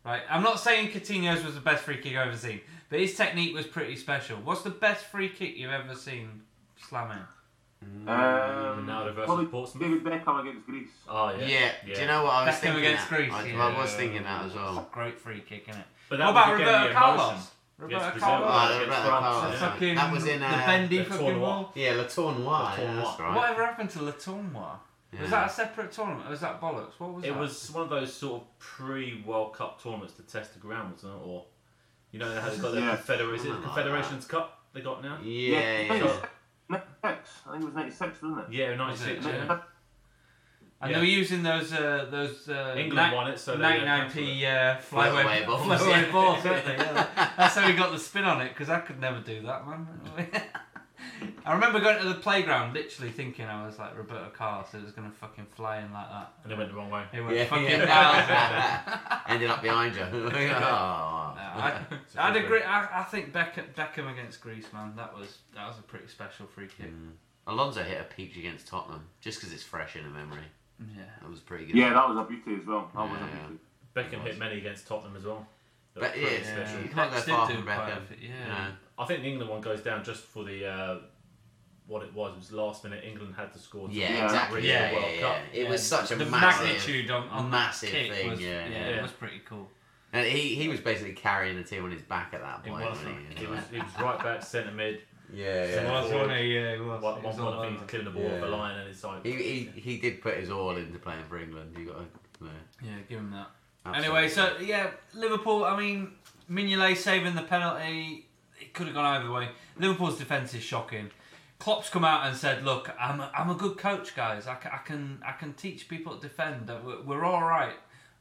Right. I'm not saying Coutinho's was the best free kick I've ever seen, but his technique was pretty special. What's the best free kick you've ever seen slam in?
Um,
Ronaldo versus
probably
Portsmouth.
David Beckham against Greece.
Oh yeah.
Yeah. Do you know what I was
Beckham
thinking?
against
that?
Greece,
I, I
yeah.
was thinking that as well.
Great free kick, innit?
But
What
that
about
was again
Roberto
the
Carlos?
Yes,
Roberto
Brazil.
Carlos.
Oh,
against
Roberto
France,
Carlos.
yeah.
That fucking-
That was in,
the
uh,
bendy
the
fucking
tournament.
wall.
Yeah, La Tournoise.
La
Yeah, that's
Tournoise.
right.
Whatever happened to Le Tournois?
Yeah.
Was that a separate tournament? Or was that bollocks? What was
It
that?
was one of those sort of pre-World Cup tournaments to test the ground, wasn't it? Or you know they had got the
Yeah.
Confederations,
Something like
Confederations Cup they got now.
Yeah, yeah.
Yeah.
So,
96. I think it was 96, wasn't it?
yeah, '96.
Was it?
Yeah.
Yeah. And they were using those uh, those uh,
England
ni-
won it, so they- they
99p uh, flyweight
Flyweight balls,
flyweight
yeah.
balls, weren't they? Yeah. That's how we got the spin on it because I could never do that, man. I remember going to the playground, literally thinking I was like Roberto Carlos, it was gonna fucking fly in like that.
and it went the wrong way.
It went
Yeah,
fucking down.
yeah. Ended up behind you. Oh.
Uh, I, I'd agree. I, I think Beckham, Beckham against Greece, man, that was that was a pretty special free kick.
Hmm. Alonso hit a peach against Tottenham just because it's fresh in the memory.
Yeah.
That was pretty good.
Yeah, that was a beauty as well. That was a
Yeah.
beauty.
Beckham hit many against Tottenham as well. That
But
was pretty
yeah,
special.
you can't go
Beckham did
far
do
from
quite a
Beckham.
bit,
You
yeah.
know.
I think the England one goes down just for the uh, what it was. It was last minute. England had to score. to
Yeah,
win
Yeah,
exactly.
the
Yeah, yeah,
World
yeah.
Cup.
It was such a
the
massive.
magnitude on, on
massive
that kick
thing,
Was,
yeah,
yeah.
it was pretty cool.
And he, he was basically carrying the team on his back at that
It
point.
was.
wasn't he?
It was. It was right back centre mid.
Yeah,
It
yeah.
was, wasn't
he? Yeah, it was.
One, one, one of them's clearing the ball
Yeah.
off the line and it's like.
He, he he did put his all into playing for England. You got to. No,
Yeah, give him that.
absolutely.
Anyway, so yeah, Liverpool. I mean, Mignolet saving the penalty. It could have gone either way. Liverpool's defense is shocking. Klopp's come out and said, "Look, I'm a, I'm a good coach, guys. I, ca- I can I can teach people to defend. Uh, We're, we're all right."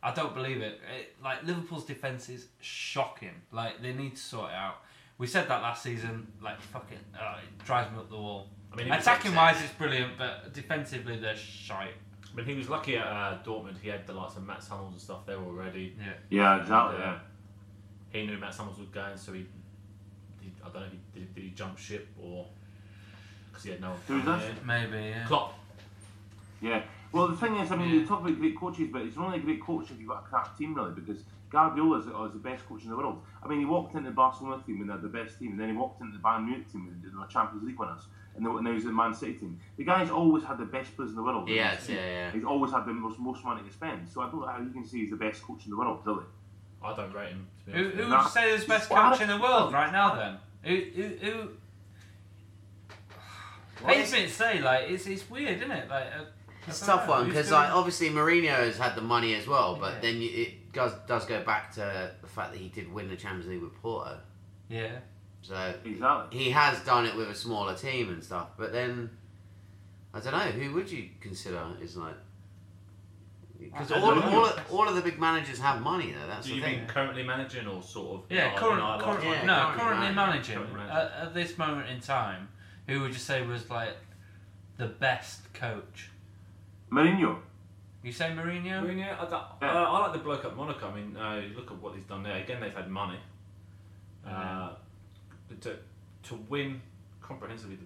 I don't believe it. it. Like Liverpool's defense is shocking. Like they need to sort it out. We said that last season. Like fucking, uh, it drives me up the wall.
I mean, he was
Attacking
upset.
wise, it's brilliant, but defensively, they're shite.
I mean, he was lucky at uh, Dortmund. He had the likes of Matt Hummels and stuff there already.
Yeah.
Yeah, exactly.
And, uh,
Yeah.
He knew Matt Hummels was going, so he, he I don't know if he did, did he jump ship or because he had no one.
Who's
coming
that?
in.
Maybe. Yeah.
Klopp.
Yeah. Well, the thing is, I mean,
Yeah.
you talk about great coaches, but it's only a great coach if you've got a crap team, really, because Guardiola is, is the best coach in the world. I mean, he walked into the Barcelona team and they're the best team, and then he walked into the Bayern Munich team and they were Champions League winners, and they were- now he's in Man City team. The guy's always had the best players in the world.
He has, yeah, yeah.
He's always had the most, most money to spend, so I don't know how you can say he's the best coach in the world, really.
I don't rate him. To be
Who,
honest with
who
you.
would you say is the best coach in the world right now? Then who who? who... Pains me to say, like it's it's weird, isn't it? Like uh,
It's a
I don't
tough
know,
one
who's
because
gonna-
like obviously Mourinho has had the money as well, but
Yeah.
then you, it does does go back to the fact that he did win the Champions League with Porto,
yeah,
so
Exactly.
he has done it with a smaller team and stuff. But then I don't know who would you consider is like because
I
all,
don't know.
all, of- all of the big managers have money though. That's
Do
the
you
thing.
mean currently managing or sort of?
yeah.
in
current,
our- in our
current,
lifetime?
yeah,
no,
currently
currently,
managing,
managing Uh,
currently managing.
At, at this moment in time, who would you say was like the best coach?
Mourinho.
You say Mourinho?
Mourinho, I, don't- uh, I like the bloke at Monaco. I mean, uh, you look at what he's done there. Again, they've had money. Uh, but to, to win comprehensively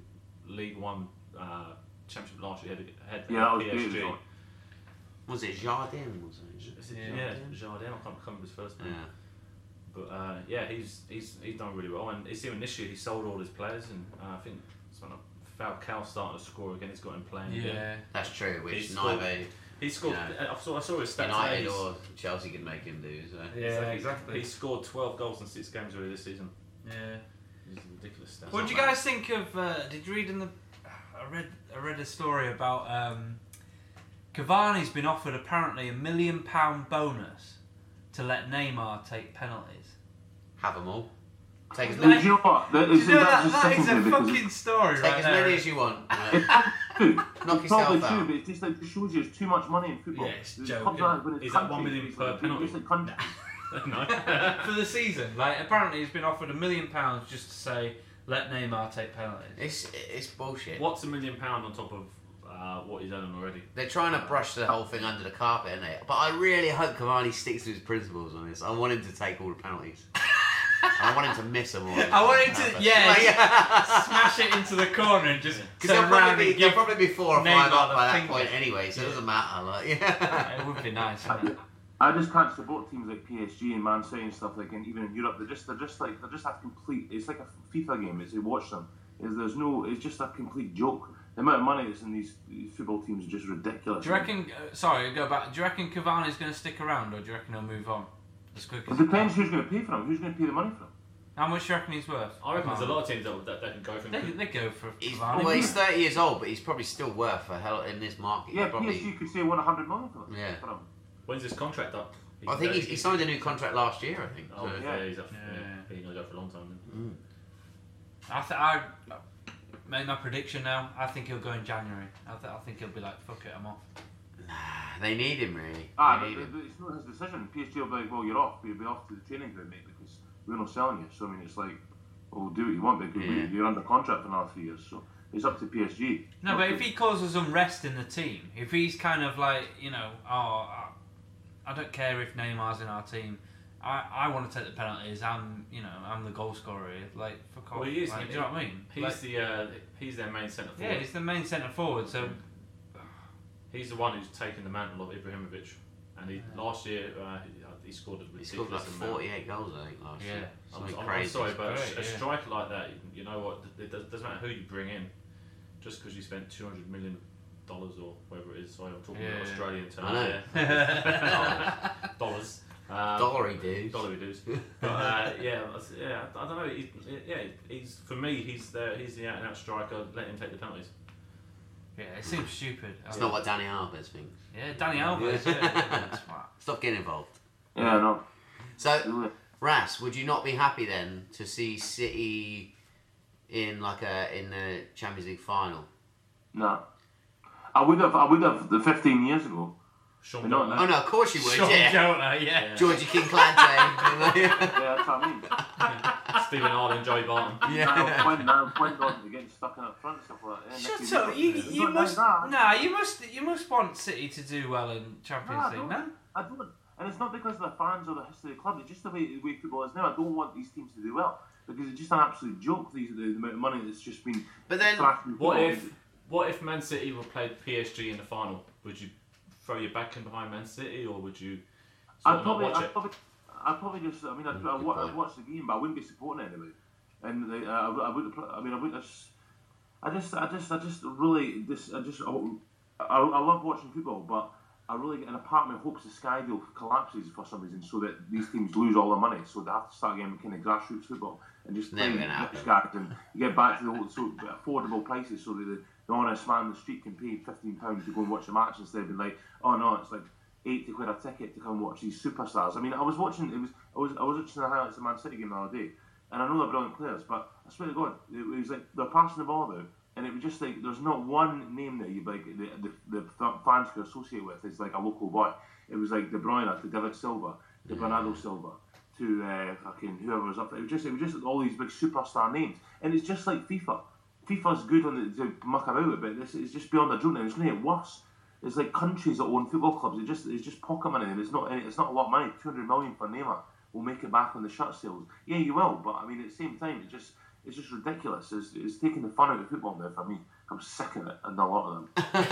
the League One uh, championship last year, uh, they had, had
Yeah, that was
PSG.
beautiful.
Was it Jardin or something?
Is it-
Yeah.
yeah, Jardin. I can't remember his first
Yeah.
name. But uh, yeah, he's he's he's done really well. And it's even this year he sold all his players, and uh, I think it's when Falcao started to score again. He's got him playing.
yeah.
Again.
That's true. Which
He's scored-
neither
He scored. uh,
Yeah.
I saw I saw his stats.
United
He's-
or Chelsea could make him do. So.
Yeah,
He scored 12 goals in six games already this season.
Yeah.
It's ridiculous stats.
What did you guys think of? Uh, did you read in the? I read I read a story about um, Cavani's been offered apparently a million pound bonus to let Neymar take penalties.
Have them all. Take as
And
many,
do you know what? That
Do
is,
you know that,
that's
that is a
secondary because
fucking story
take
right
as many
there.
as you want. mate.
it's-
Knock
Probably
yourself
true,
out.
but it just like just shows you there's too much money in football.
Yeah, it's
It
joking.
comes out when it's
Is that one
country,
million
it's
per
like-
penalty?
It's like country.
no.
For the season, like apparently he's been offered a million pounds just to say let Neymar take penalties.
It's it's bullshit.
What's a million pound on top of uh, what he's earning already?
They're trying to brush the whole thing under the carpet, aren't they? But I really hope Cavani sticks to his principles on this. I want him to take all the penalties. I want him to miss them all.
I want him to, yeah,
Like,
just smash it into the corner and just
Because
turn
they'll
around
probably,
and
be, they'll
give.
probably be four or
Neymar
five up
the
by that
finger.
point anyway, so it
Yeah.
doesn't matter. Like, yeah.
It would be nice. wouldn't it?
I just can't support teams like PSG and Man City and stuff like, and even in Europe, they're just they're just like they're just a complete. It's like a FIFA game. As you watch them, is there's no. It's just a complete joke. The amount of money that's in these, these football teams is just ridiculous.
Do you reckon? Uh, sorry, go back. Do you reckon Cavani's going to stick around, or do you reckon he'll move on as quick
It
as?
depends who's going to pay for them. Who's going to pay the money for them?
How much do you reckon he's worth?
I reckon there's a
Cavani?
lot of teams that, that, that can go from.
They, they go for
He's,
Cavani.
well, he's 30 years old, but he's probably still worth a hell in this market.
Yeah,
probably.
PSG could say won 100 million for them.
Yeah.
For them.
When's his contract up? He
I
can
think
go-
he, he signed a new contract last year, I think.
Oh,
so-
yeah, he's up.
Yeah.
Yeah, he's gonna go for a long time. Then.
I th- I make my prediction now. I think he'll go in January. I, th- I think he'll be like, fuck it, I'm off.
They need him, really.
Ah,
they
but,
need him.
but it's not his decision. PSG will be like, well, you're off. You'll be off to the training ground, mate, because we're not selling you. So I mean, it's like, well, do what you want because we-
Yeah.
you're under contract for another three years. So it's up to PSG.
No,
Not
but
to-
if he causes unrest in the team, if he's kind of like, you know, oh, I, I don't care if Neymar's in our team. I, I want to take the penalties. I'm, you know, I'm the goal scorer. here. Like, fuck off.
Well, he is,
Like,
isn't
do you know what I mean?
He's
Like,
the uh, he's their main centre
yeah,
forward.
he's the main centre forward. So
He's the one who's taken the mantle of Ibrahimovic, and he last year uh, he- uh, he scored a
He
ridiculous
scored like
amount.
48 goals, I think, last
Yeah.
year.
I'm, "Oh,
Something
I'm- I'm
crazy.
sorry, but
Great,
a, a
yeah.
striker like that, you- you know what? It does- doesn't matter who you bring in, just because you spent 200 million dollars or whatever it is. Sorry, I'm talking
Yeah.
about Australian terms.
I know.
yeah. dollars. Um,
Dollar he does.
Dollar dues. But uh, yeah, that's- yeah. I don't know. He, yeah, he's for me. He's the he's the out and out striker. Let him take the penalties.
yeah, it seems stupid.
It's not what Danny Alves thinks.
Yeah, Danny Alves. Yeah, yeah, that's right.
Stop getting involved.
Yeah, no.
So,
Really.
Ras, would you not be happy then to see City in like a in the Champions League final?
No. I would have. I would have the 15 years ago.
Sean
We're not
Dyche.
Oh no, of course you would.
Sean
yeah,
Jonah, yeah.
Georgie King Clanton.
Yeah, that's what I mean.
Stephen Ireland, Joey Barton.
yeah.
Niall Quinn, Niall Quinn got to get stuck in up front and stuff like that. Yeah,
Shut
Nicky
up!
Reed
You,
got- it's
you
not like
must
that.
nah. You must you must want City to do well in Champions
No, I
League,
don't.
no?
I don't. And it's not because of the fans or the history of the club. It's just the way, the way football is now. I don't want these teams to do well because it's just an absolute joke. These the, the amount of money that's just been.
But then,
thrashed in
What
football.
if what if Man City were played PSG in the final? Would you throw your back in behind Man City, or would you sort
I'd
of not
probably,
watch
I'd
it?
probably, I'd probably just. I mean, I'd,
Mm,
I,
good
wa- I'd
point.
watch the game, but I wouldn't be supporting it anyway. And they, uh, I, would- I would. I mean, I would just. I just, I just, I just really, this, I just, I, I, I love watching football, but I really get an apartment hopes the sky deal collapses for some reason, so that these teams lose all their money, so they have to start getting kind of grassroots football and just
Never
play
gonna happen.
rich guys and you get back to the whole, so affordable prices, so that the, the honest man on the street can pay fifteen pounds to go and watch a match instead of being like, oh no, it's like eighty quid a ticket to come watch these superstars. I mean, I was watching, it was, I was, I was watching the highlights of Man City game the other day, and I know they're brilliant players, but I swear to God, it was like they're passing the ball out, and it was just like there's not one name that you like the the, the f- fans could associate with is like a local boy. It was like De Bruyne, to David Silva, to Bernardo Silva, to uh, fucking whoever was up there. It was just it was just all these big superstar names, and it's just like FIFA. FIFA's good on the, to muck about with, but this is just beyond a joke now. It's going to get worse. It's like countries that own football clubs. It just it's just pocket money, and it's not it's not a lot of money. Two hundred million for Neymar will make it back on the shirt sales. Yeah, you will, but I mean at the same time, it's just it's just ridiculous. It's, it's taking the fun out of football now for me. I'm sick of it, and a lot of them. Well,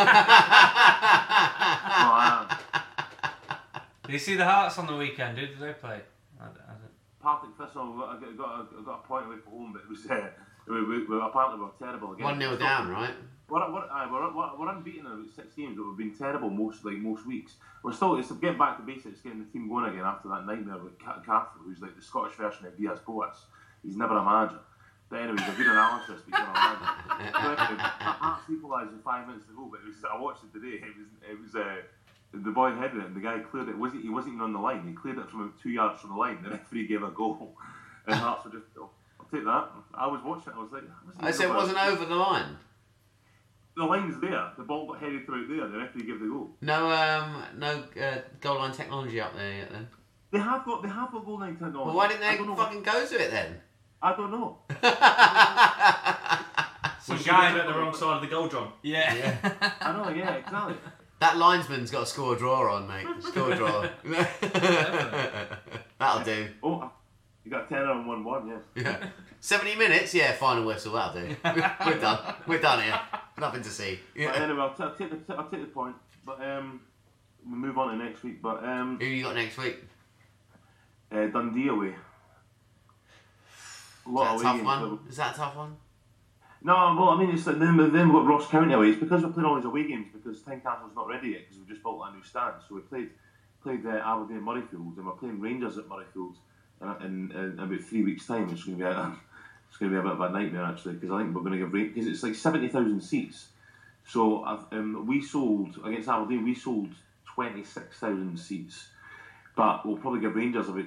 I am.
Did you see the Hearts on the weekend? Who did they play? I don't, I don't-
Partick Thistle got, got, got, got a point away from home, but it was uh, we, we, we apparently were terrible again.
one 0 down, right?
We're, we're, aye, we're, we're, we're unbeaten in about six games, but we've been terrible most like most weeks. We're still it's getting back to basics, getting the team going again after that nightmare with Ca- Cathro, who's like the Scottish version of Diaz Boas. He's never a manager. But anyways, a good analysis. But he's not a manager. So anyway, Hearts equalised with five minutes to go, but it was, I watched it today. It was it was uh, the boy headed it, and the guy cleared it. wasn't He wasn't even on the line. He cleared it from about two yards from the line. The referee gave a goal, and Hearts were just. Oh, I'll take that. I was watching it. I was like, I wasn't
I said
even
it
aware.
wasn't over the line.
The line's there. The ball got headed through there. The referee gave the goal.
No, um, no uh, goal line technology up there yet. Then,
They have got. They have got goal line technology.
well, why didn't
I
they
don't know.
fucking go to it then?
I don't know.
Some
Should we
guy.
at the wrong side of the goal drum.
Yeah.
I don't know. Yeah, exactly.
That linesman's got a score draw on, mate. Score draw. That'll do.
Oh, You got ten on one one, yeah.
Yeah. 70 minutes? Yeah, final whistle, that'll do. We're done. We're done here. Nothing to see.
But
Yeah.
anyway, I'll, t- I'll take the I'll take the point. But um, we move on to next week. But um,
Who you got next week?
uh, Dundee away. A
Is
lot
that a
of away
tough
games,
one?
so-
Is that a tough one?
No, well, I mean, it's like then, then we've got Ross County away. It's because we're playing all these away games because Tynecastle's not ready yet because we've just built a new stand. So we played played uh, Aberdeen at Murrayfield and we're playing Rangers at Murrayfield in, in, in about three weeks' time. It's going to be a, it's going to be a bit of a nightmare actually because I think we're going to give rate because it's like seventy thousand seats. So I've, um, we sold against Aberdeen. We sold twenty six thousand seats, but we'll probably give Rangers about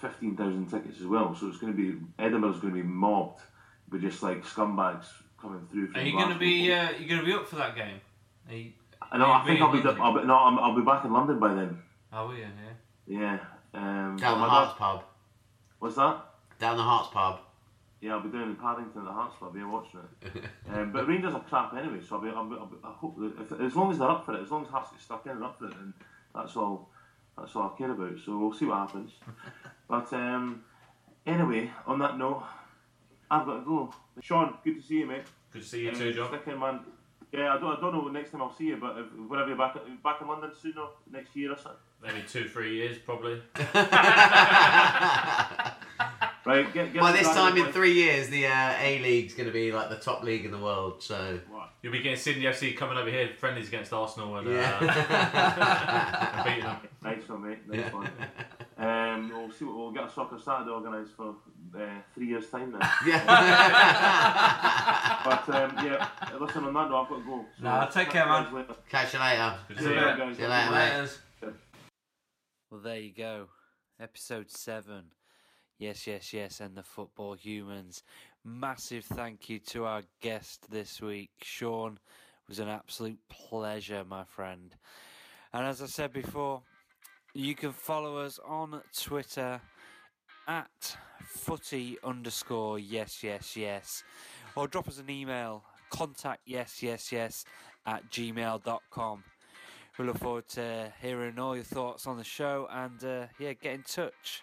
fifteen thousand tickets as well. So it's going to be Edinburgh's going to be mobbed with just like scumbags coming through. From
Are you
Glasgow.
gonna be? Uh, you gonna be up for that game? Are you,
I know. I think I'll be.
London?
I'll be no. I'm, I'll be back in London by then.
Are we? Yeah.
Yeah. Um,
Down the
my
Hearts
dad-
pub.
What's that?
Down the Hearts pub.
Yeah, I'll be down in Paddington at the Hearts Club. Yeah, watching it. um, but Rangers are crap anyway, so I'll be, I'll be, I'll be, I hope that if, as long as they're up for it, as long as Hearts get stuck in and up for it, then that's all. That's all I care about. So we'll see what happens. but um, anyway, on that note, I've got to go. Sean, good to see you, mate.
Good to see you too, John.
Stick in, man. Yeah, I don't, I don't know when next time I'll see you, but if, whenever you're back, back in London soon or next year or something.
Maybe two, three years probably.
Right, get, get
By
the
this
dragon
time in
boy.
three years, the uh, A League's going to be like the top league in the world. So
You'll be getting Sydney FC coming over here, friendlies against Arsenal and, uh,
yeah.
and beating them.
Nice one, mate. Nice one. Um, we'll see what we'll get a soccer Saturday organised for uh, three years' time now.
yeah.
But um, yeah, listen on that note, I've got to go. So,
Nah, take care, man.
Later.
Catch you later.
Good to
See
see
you
you.
later, guys.
See you later, mate.
Letters.
Well, there you go. Episode 7. Yes, yes, yes, and the football humans. Massive thank you to our guest this week, Sean. It was an absolute pleasure, my friend. And as I said before, you can follow us on Twitter at footy underscore yes, yes, yes, or drop us an email contact yes, yes, yes at gmail.com. We look forward to hearing all your thoughts on the show and uh, yeah, get in touch.